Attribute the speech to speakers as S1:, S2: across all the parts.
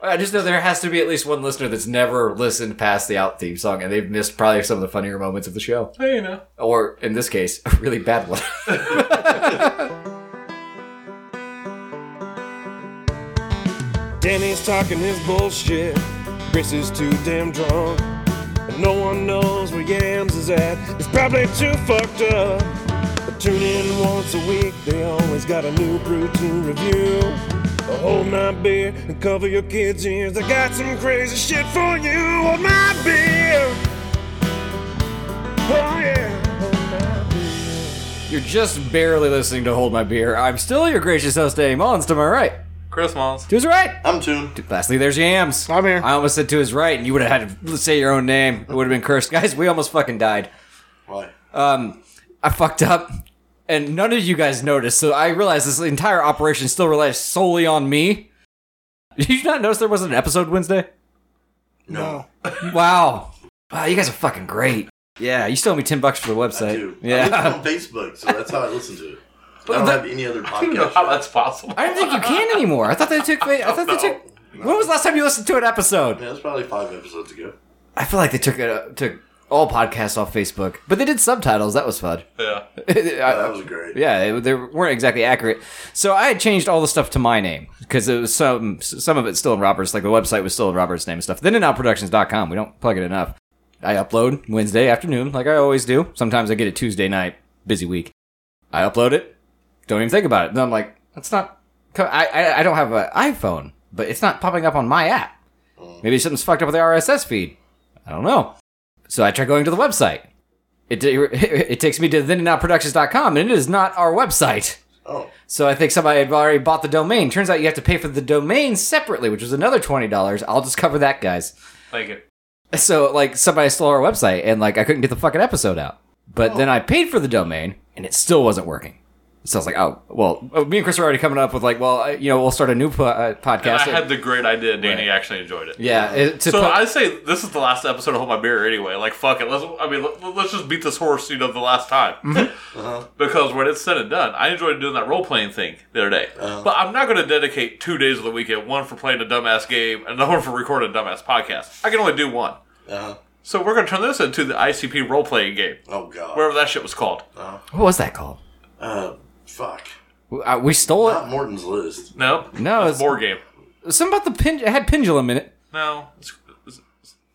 S1: I just know there has to be at least one listener that's never listened past the out theme song, and they've missed probably some of the funnier moments of the show,
S2: Hey, you know.
S1: or in this case, a really bad one.
S3: Danny's talking his bullshit. Chris is too damn drunk. And no one knows where Yams is at. He's probably too fucked up. But tune in once a week. They always got a new brew to review. So hold my beer and cover your kids' ears. I got some crazy shit for you. Hold my beer. Oh yeah. Hold my beer.
S1: You're just barely listening to Hold My Beer. I'm still your gracious host, Danny Mullins, to my right.
S2: Chris Mons.
S1: To his right.
S4: I'm tuned.
S1: Lastly, there's Yams.
S3: I'm here.
S1: I almost said to his right, and you would have had to say your own name. It would have been cursed. Guys, we almost fucking died.
S4: Why?
S1: Um, I fucked up, and none of you guys noticed, so I realized this entire operation still relies solely on me. Did you not notice there wasn't an episode Wednesday?
S4: No.
S1: Wow. Wow, you guys are fucking great. Yeah, you still owe me 10 bucks for the website.
S4: I do. I listen
S1: Yeah.
S4: on Facebook, so that's how I listen to it. I
S1: But
S4: don't
S1: that-
S4: have any other
S2: I don't know
S4: podcast.
S2: how that's possible.
S1: I don't think you can anymore. I thought they took. I thought they took. When was the last time you listened to an episode?
S4: Yeah, that's probably five episodes ago.
S1: I feel like they took uh, took all podcasts off Facebook, but they did subtitles. That was fun.
S2: Yeah.
S4: Oh,
S1: I-
S4: that was great.
S1: yeah, they they weren't exactly accurate. So I had changed all the stuff to my name because it was some some of it's still in Robert's. Like the website was still in Robert's name and stuff. Then in outproductions.com, we don't plug it enough. I upload Wednesday afternoon, like I always do. Sometimes I get it Tuesday night. Busy week. I upload it. Don't even think about it. Then I'm like, that's not. co- I I, I don't have an iPhone, but it's not popping up on my app. Maybe something's fucked up with the RSS feed. I don't know. So I try going to the website. It, it takes me to thenandnowproductions.com, and it is not our website.
S4: Oh,
S1: So I think somebody had already bought the domain. Turns out you have to pay for the domain separately, which was another twenty dollars. I'll just cover that, guys.
S2: Thank you.
S1: So like somebody stole our website, and like I couldn't get the fucking episode out. But then I paid for the domain, and it still wasn't working. So I was like, oh well. oh, Me and Chris are already coming up with like, well, uh, you know, we'll start a new po- uh,
S2: And I
S1: podcast.
S2: had the great idea. Danny actually enjoyed it.
S1: yeah, it- to
S2: So
S1: put-
S2: I say this is the last episode of Hold My Beer anyway. Like fuck it, let's. I mean, let, let's just beat this horse. You know, the last time.
S1: Mm-hmm.
S2: because when it's said and done, I enjoyed doing that role playing thing the other day. But I'm not going to dedicate two days of the weekend, one for playing a dumbass game, and another one for recording a dumbass podcast. I can only do one.
S4: uh-huh.
S2: So we're going to turn this into the ICP role playing game,
S4: oh God.
S2: wherever that shit was called.
S1: what was that called?
S4: uh, fuck.
S1: Uh, we stole it.
S4: Not Morton's list.
S2: No,
S1: No, it's-
S2: it's a board game.
S1: Something about the pin. It had pendulum in it.
S2: No, it's, it's,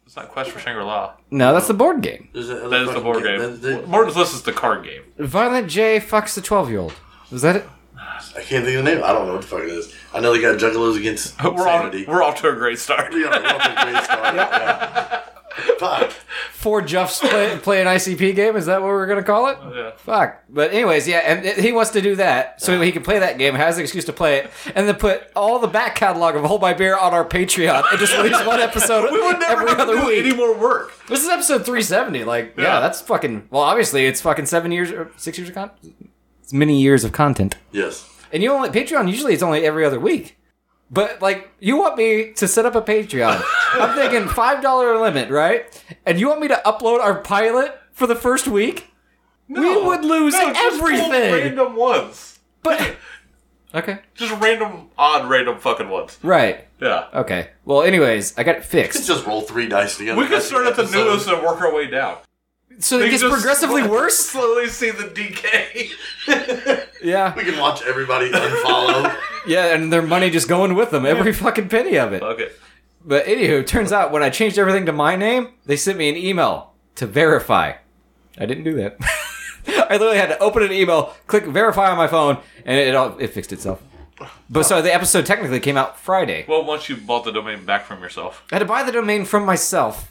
S2: it's not Quest for Shangri La.
S1: No, that's the board game.
S4: There's that other
S2: That is the
S4: fucking
S2: board game.
S4: That- that-
S2: Morton's List is the card game.
S1: Violent J fucks the 12 year old. Was that it?
S4: I can't think of the name. I don't know what the fuck it is. I know they got Juggalos against
S2: We're off,
S4: Insanity.
S2: we're off to a great start.
S4: We are off to a great start. yeah. Fuck.
S1: Four Juffs play, play an ICP game? Is that what we're going to call it?
S2: Yeah.
S1: Fuck. But, anyways, yeah, and it- he wants to do that so he can play that game, has an excuse to play it, and then put all the back catalog of Hold My Beer on our Patreon and just release one episode
S2: We would never
S1: every
S2: have to
S1: other
S2: do
S1: week.
S2: any more work.
S1: This is episode 370. Like, yeah.
S2: Yeah.
S1: that's fucking. Well, obviously, it's fucking seven years or six years of content. It's many years of content.
S4: Yes.
S1: And you only Patreon usually it's only every other week. But like you want me to set up a Patreon. I'm thinking five dollar limit, right? And you want me to upload our pilot for the first week? we would lose
S2: No, just pull
S1: everything.
S2: Random ones.
S1: But Okay.
S2: Just random, odd, random fucking ones.
S1: Right.
S2: Yeah.
S1: Okay. Well anyways, I got it
S4: Let's
S1: fixed.
S4: just roll three dice together.
S2: We can start at the
S4: Episode.
S2: newest and work our way down.
S1: So it
S2: We
S1: gets
S2: just
S1: progressively
S2: sl-
S1: worse?
S2: Slowly see the decay.
S1: Yeah.
S4: We can watch everybody unfollow.
S1: Yeah, and their money just going with them, every fucking penny of it.
S2: okay.
S1: But anywho, turns out when I changed everything to my name, they sent me an email to verify. I didn't do that. I literally had to open an email, click verify on my phone, and it all it fixed itself. But so the episode technically came out Friday.
S2: Well, once you bought the domain back from yourself,
S1: I had to buy the domain from myself.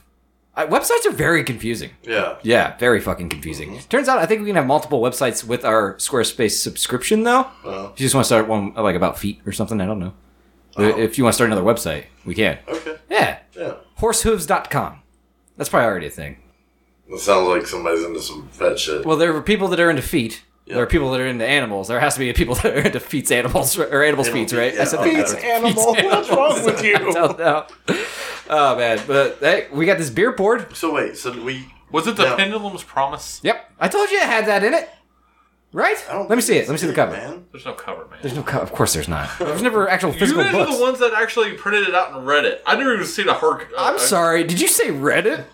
S1: I, websites are very confusing.
S4: yeah.
S1: Yeah, very fucking confusing. Turns out I think we can have multiple websites with our Squarespace subscription though.
S4: Well,
S1: If you just want to start one like about feet or something, I don't know. If you want to start another website, we can.
S4: okay.
S1: Yeah,
S4: Yeah.
S1: horsehooves.com. That's probably already a thing.
S4: That sounds like somebody's into some fat shit.
S1: Well, there are people that are into feet.
S4: Yeah.
S1: There are people that are into animals. There has to be people that are into feet's animals or animals'
S4: Animal
S1: feet,
S4: feet,
S1: right?
S4: yeah.
S1: I said
S4: Oh,
S1: feet.
S4: Feet's
S3: animal. What's wrong with you?
S1: I don't know. Oh man, but hey, we got this beer poured.
S4: so wait, so we
S2: was it the
S4: No.
S2: Pendulum's Promise?
S1: Yep, I told you it had that in it. Right?
S4: I don't
S1: Let me
S4: think
S1: see it.
S4: it's
S1: Let me see the
S4: it,
S1: cover.
S4: Man.
S2: There's no cover, man.
S1: There's no cover. Of course, there's not. There's never actual
S2: you
S1: physical
S2: guys
S1: books.
S2: are the ones that actually printed it out and read it. I never even seen a hard. Uh,
S1: I'm
S2: a-
S1: sorry. Did you say Reddit?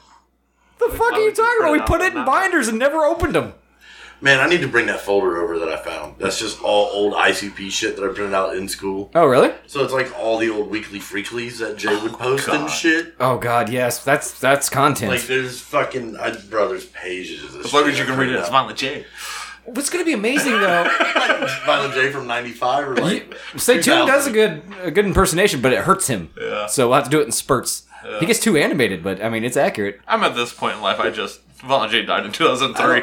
S1: The fuck are
S2: would
S1: you
S2: you
S1: talking about?
S2: print
S1: We
S2: it
S1: put it
S2: out
S1: in
S2: and not-
S1: binders and never opened them.
S4: Man, I need to bring that folder over that I found. That's just all old ICP shit that I printed out in school.
S1: Oh really?
S4: So it's like all the old weekly freaklies that Jay would post
S2: God.
S4: and shit.
S1: Oh god, yes. That's that's content.
S4: Like there's fucking I, brothers pages. Of this
S2: As long
S4: shit
S2: as you
S4: I
S2: can read it,
S4: printed
S2: it's
S4: out.
S2: Violent J.
S1: What's gonna be amazing though?
S4: Violent J from '95 or like.
S1: You- Stay tuned
S4: 2000.
S1: does a good a good impersonation, but it hurts him.
S2: Yeah.
S1: So we'll have to do it in spurts. He gets too animated, but I mean it's accurate.
S2: I'm at this point in life. I just Violent J died in 2003.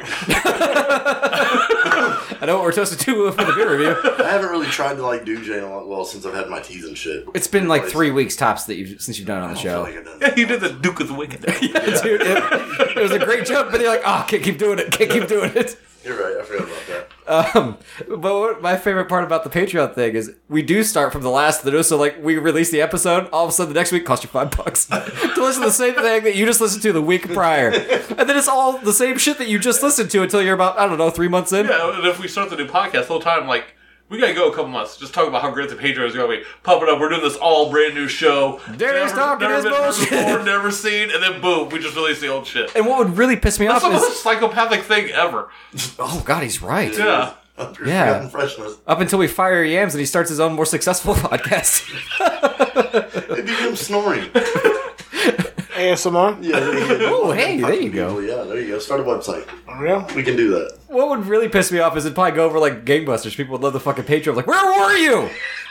S1: I know what we're supposed to do for the beer review.
S4: I haven't really tried to like do Jay in a lot well since I've had my teeth and shit.
S1: It's been like
S4: Place.
S1: three weeks tops that you since you've done it on the
S4: I feel
S1: show.
S4: like I've done that.
S2: you did the Duke of the Wicked.
S1: Dude, it, it was a great joke, but you're like, oh, can't keep doing it, can't keep doing it.
S4: You're right. I forgot about that.
S1: Um, but what, my favorite part about the Patreon thing is we do start from the last of the news. So like we release the episode, all of a sudden the next week costs you five bucks to listen to the same thing that you just listened to the week prior, and then it's all the same shit that you just listened to until you're about I don't know three months in.
S2: Yeah, and if we start the new podcast the whole time, like, we gotta go a couple months. Just talk about how great the Patreon is gonna be. Pump it up. We're doing this all brand new show.
S1: There he is talking his
S2: been
S1: bullshit.
S2: Before, never seen, and then boom, we just release the old shit.
S1: And what would really piss me
S2: That's
S1: off
S2: the most
S1: is
S2: psychopathic thing ever.
S1: oh god, he's right.
S2: Yeah.
S4: Under
S1: Yeah.
S4: forgotten freshness.
S1: Up until we fire Yams and he starts his own more successful podcast.
S4: It'd be him snoring.
S3: ASMR?
S4: Yeah,
S1: oh hey, there you go.
S4: People, yeah, there you go. Start a website.
S3: For real?
S4: We can do that.
S1: What would really piss me off is it'd probably go over like gangbusters. People would love the fucking Patreon. Like, where were you?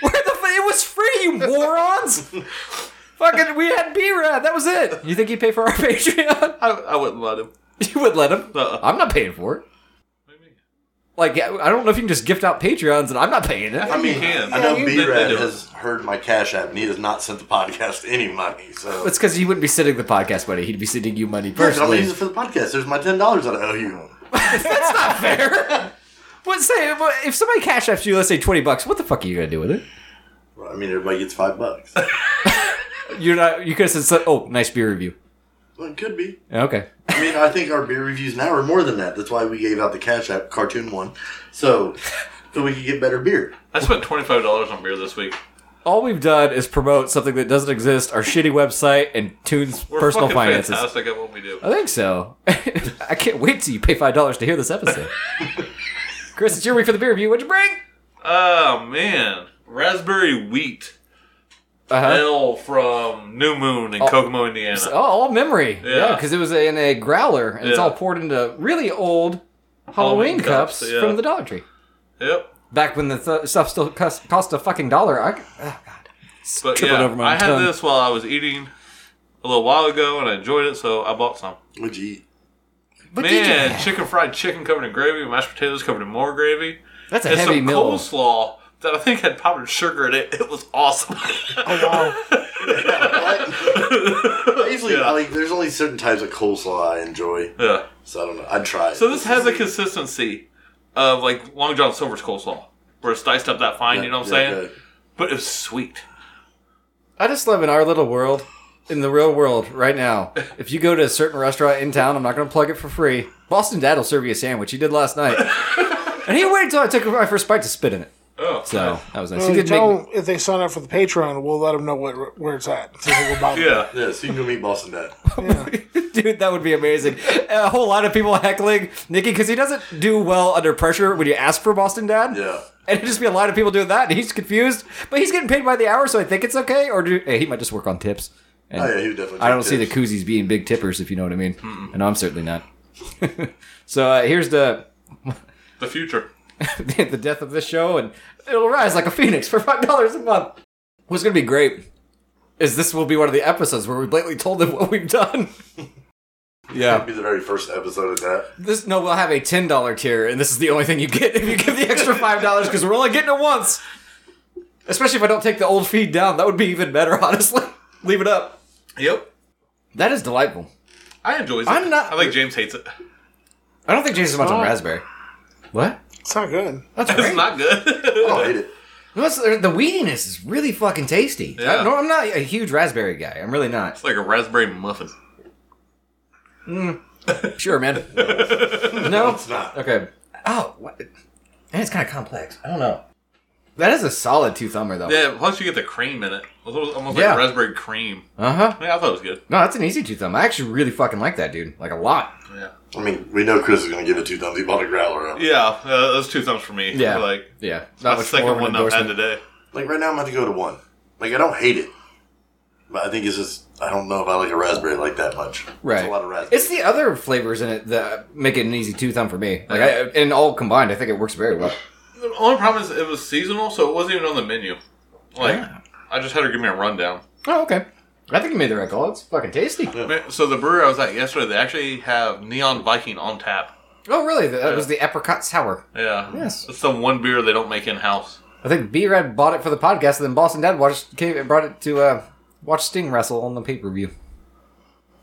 S1: Where the f- it was free, you morons. fucking, we had B-Rad. That was it. You think he'd pay for our Patreon?
S2: I, I wouldn't let him.
S1: you would let him.
S2: Uh-uh.
S1: I'm not paying for it. Like, I I don't know if you can just gift out Patreons, and I'm not paying it.
S4: I mean,
S2: You can.
S4: I know
S2: Yeah, you-
S4: B
S2: they- they
S4: Rad
S2: do it.
S4: has heard my Cash App, and he has not sent the podcast any money. So
S1: It's because he wouldn't be sending the podcast money. He'd be sending you money
S4: Yes, I'm gonna
S1: personally.
S4: use it for the podcast. There's my ten dollars that I owe you.
S1: That's not fair. But say, but if somebody cash apps you, let's say twenty bucks, what the fuck are you gonna do with it?
S4: Well, I mean, everybody gets five bucks.
S1: You're not. You could have said, "Oh, nice beer review."
S4: well, it could be.
S1: Okay.
S4: I mean, I think our beer reviews now are more than that. That's why we gave out the Cash App cartoon one, so so we could get better beer.
S2: I spent $25 on beer this week.
S1: all we've done is promote something that doesn't exist, our shitty website, and Tune's
S2: We're
S1: personal
S2: fucking
S1: finances.
S2: fantastic at what we do.
S1: I think so. I can't wait till you pay five dollars to hear this episode. Chris, it's your week for the beer review. What'd you bring?
S2: Oh, man. Raspberry Wheat.
S1: Uh-huh.
S2: Ale from New Moon in Kokomo, Indiana.
S1: Oh, all memory. Yeah,
S2: Yeah.
S1: because it was in a growler, and it's
S2: Yeah.
S1: all poured into really old Halloween,
S2: Halloween
S1: cups,
S2: cups, yeah.
S1: from the Dollar Tree.
S2: Yep.
S1: Back when the th- stuff still cost, cost a fucking dollar. I, oh, God.
S2: But
S1: Tripping
S2: yeah,
S1: over my
S2: I
S1: tongue.
S2: had this while I was eating a little while ago, and I enjoyed it, so I bought some.
S4: Would you eat?
S1: But
S2: Man,
S1: did you?
S2: chicken fried chicken covered in gravy, mashed potatoes covered in more gravy,
S1: That's a
S2: and
S1: heavy
S2: some
S1: meal.
S2: coleslaw that I think had powdered sugar in it. It was awesome.
S1: Oh,
S4: I usually
S2: Yeah.
S4: like. There's only certain types of coleslaw I enjoy,
S2: yeah.
S4: so I don't know. I'd try. it.
S2: So this has a consistency of like Long John Silver's coleslaw, where it's diced up that fine. you know what I'm
S4: Yeah,
S2: saying?
S4: yeah.
S2: But it's sweet.
S1: I just live in our little world, in the real world right now. If you go to a certain restaurant in town, I'm not going to plug it for free. Boston Dad will serve you a sandwich. He did last night, and he waited until I took my first bite to spit in it.
S2: Oh,
S1: So that was nice.
S3: So
S1: he
S3: you
S1: did
S3: tell
S1: make.
S3: them if they sign up for the Patreon, we'll let them know what, where it's at. So we'll buy it.
S2: yeah.
S4: Yeah, so you can go meet Boston Dad.
S1: Dude, that would be amazing. A whole lot of people heckling Nikki because he doesn't do well under pressure when you ask for Boston Dad.
S4: Yeah.
S1: And it'd just be a lot of people doing that, and he's confused. But he's getting paid by the hour, so I think it's okay. Or do, hey, he might just work on tips. And
S4: Oh yeah, he would definitely.
S1: I don't
S4: take
S1: see the
S4: tips.
S1: koozies being big tippers, if you know what I mean. And I'm certainly not. so uh, here's the
S2: The future.
S1: the death of this show, and it'll rise like a phoenix for five dollars a month. What's gonna be great is this will be one of the episodes where we blatantly told them what we've done.
S4: That'd be the very first episode of that.
S1: This no, we'll have a ten dollar tier, and this is the only thing you get if you give the extra five dollars because we're only getting it once. Especially if I don't take the old feed down, that would be even better. Honestly, leave it up.
S2: Yep.
S1: That is delightful.
S2: I enjoy it.
S1: I'm not-
S2: I think James hates it.
S1: I don't think Jason's much on
S3: not-
S1: raspberry. What?
S3: It's not good.
S1: That's
S2: It's not good.
S4: Oh, I don't hate it.
S1: Plus, uh, the weediness is really fucking tasty.
S2: Yeah.
S1: I, no, I'm not a huge raspberry guy. I'm really not.
S2: like a raspberry muffin.
S1: Sure, man. no.
S4: It's not.
S1: Okay. Oh, what? And it's kind of complex. I don't know. That is a solid two thumber though.
S2: Yeah, plus you get the cream in it. It was almost
S1: Yeah.
S2: like raspberry cream.
S1: Uh huh.
S2: Yeah, I thought it was good.
S1: No, that's an easy two thumb. I actually really fucking like that dude. Like a lot.
S2: Yeah,
S4: I mean, we know Chris is going to give it two thumbs. He bought a growler. Up.
S2: yeah, uh, those two thumbs for me.
S1: Yeah.
S2: like
S1: yeah.
S2: that's the
S1: much more
S2: second
S1: of an
S2: one I've had
S1: endorsement.
S2: today.
S4: Like right now, I'm about to go to one. Like I don't hate it, but I think it's just I don't know if I like a raspberry like that much.
S1: Right.
S4: It's a lot of raspberry.
S1: It's the other flavors in it that make it an easy two thumb for me. Like I, and all combined, I think it works very well.
S2: The only problem is it was seasonal, so it wasn't even on the menu. Like
S1: Yeah.
S2: I just had her give me a rundown.
S1: Oh, okay. I think you made the right call. It's fucking tasty.
S2: Man, So the brewery I was at yesterday, they actually have Neon Viking on tap.
S1: Oh, really? That was the apricot sour.
S2: Yeah,
S1: Yes.
S2: it's the one beer they don't make in house.
S1: I think B Red bought it for the podcast, and then Boston Dad watched came, brought it to uh, watch Sting wrestle on the pay per view.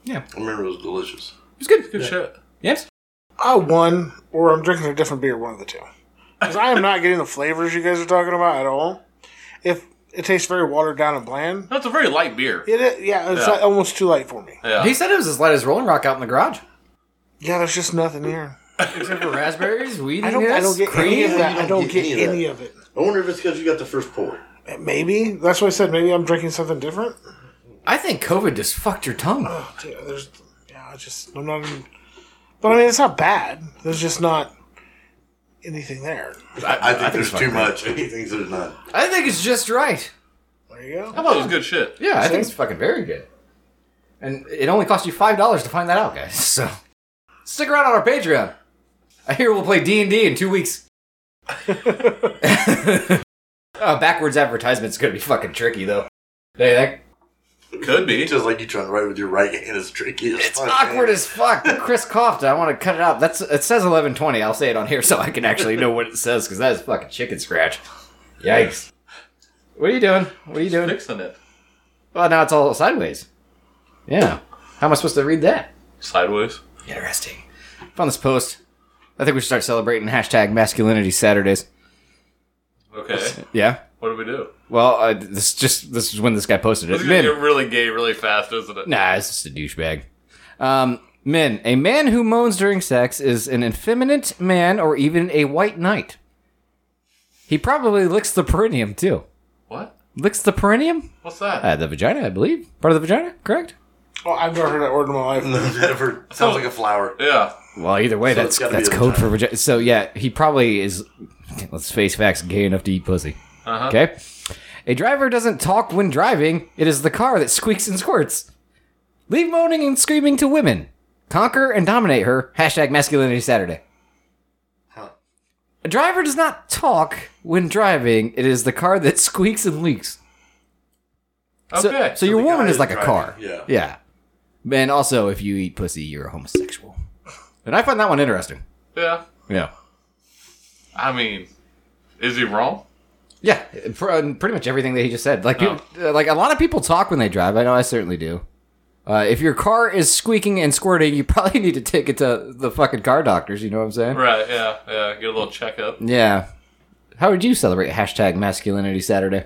S4: I remember it was delicious.
S1: It's good.
S2: Good shit.
S1: Yes.
S5: I won, or I'm drinking a different beer, one of the two. Because I am not getting the flavors you guys are talking about at all. If it tastes very watered down and bland,
S2: That's a very light beer.
S5: it i- yeah, it's
S2: Yeah.
S5: Like almost too light for me.
S2: Yeah,
S1: He said it was as light as Rolling Rock out in the garage.
S5: Yeah, there's just nothing here.
S1: Except for raspberries, weed,
S5: I don't, I don't get any of that.
S4: You
S5: I don't get
S4: of
S5: any
S4: that.
S5: of it.
S4: I wonder if it's because you got the first pour.
S5: Maybe that's why I said maybe I'm drinking something different.
S1: I think COVID just fucked your tongue.
S5: Yeah, there's yeah, I just I'm not. Even, but I mean, it's not bad. There's just not anything there.
S4: I, think
S1: it's
S4: there's too
S1: fine.
S4: much. He thinks there's none.
S1: I think it's just right.
S5: There you go.
S2: I thought it was good shit.
S1: Yeah, I think it's fucking very good. And it only cost you five dollars to find that out, guys. So stick around on our Patreon. I hear we'll play D and D in two weeks. uh, backwards advertisement's gonna be fucking tricky though. Hey, that
S2: Could be.
S4: It's just like you trying to write with your right hand is tricky. As
S1: It's awkward as fuck. Chris coughed. I want to cut it out. That's it says eleven twenty. I'll say it on here so I can actually know what it says because that is fucking chicken scratch. Yikes. What are you doing? What are you doing?
S2: Fixing it
S1: Well, now it's all sideways. Yeah. How am I supposed to read that?
S2: sideways.
S1: Interesting. Found this post. I think we should start celebrating hashtag masculinity Saturdays.
S2: Okay,
S1: Yeah.
S2: what do we do?
S1: Well, uh, this just this is when this guy posted it.
S2: It's gonna
S1: Men-
S2: get really gay really fast, isn't it?
S1: Nah, it's just a douchebag. Um, men. A man who moans during sex is an effeminate man or even a white knight. He probably licks the perineum, too.
S2: What?
S1: Licks the perineum?
S2: What's that?
S1: Uh, the vagina, I believe. Part of the vagina, correct?
S5: Oh, I've never heard that word in my life.
S4: Never sounds like a flower.
S2: yeah.
S1: Well, either way,
S4: it's
S1: that's
S4: gotta be
S1: that's
S4: the
S1: code
S4: vagina.
S1: for vagina. So, yeah, he probably is, let's face facts, gay enough to eat pussy.
S2: Uh-huh.
S1: Okay? A driver doesn't talk when driving, it is the car that squeaks and squirts. Leave moaning and screaming to women. Conquer and dominate her. Hashtag masculinity Saturday.
S4: Huh.
S1: A driver does not talk when driving. It is the car that squeaks and leaks. So,
S2: Okay.
S1: so your
S4: the
S1: woman
S4: guy
S1: is like
S4: is
S1: a
S4: driving,
S1: car.
S4: yeah.
S1: Yeah. And also, if you eat pussy, you're a homosexual. And I find that one interesting.
S2: yeah.
S1: Yeah.
S2: I mean, is he wrong?
S1: Yeah. pr- uh, Pretty much everything that he just said. Like, you- uh, like a lot of people talk when they drive. I know I certainly do. Uh, if your car is squeaking and squirting, you probably need to take it to the fucking car doctors. You know what I'm saying?
S2: Right. Yeah. Yeah. Get a little checkup.
S1: Yeah. How would you celebrate hashtag masculinity Saturday?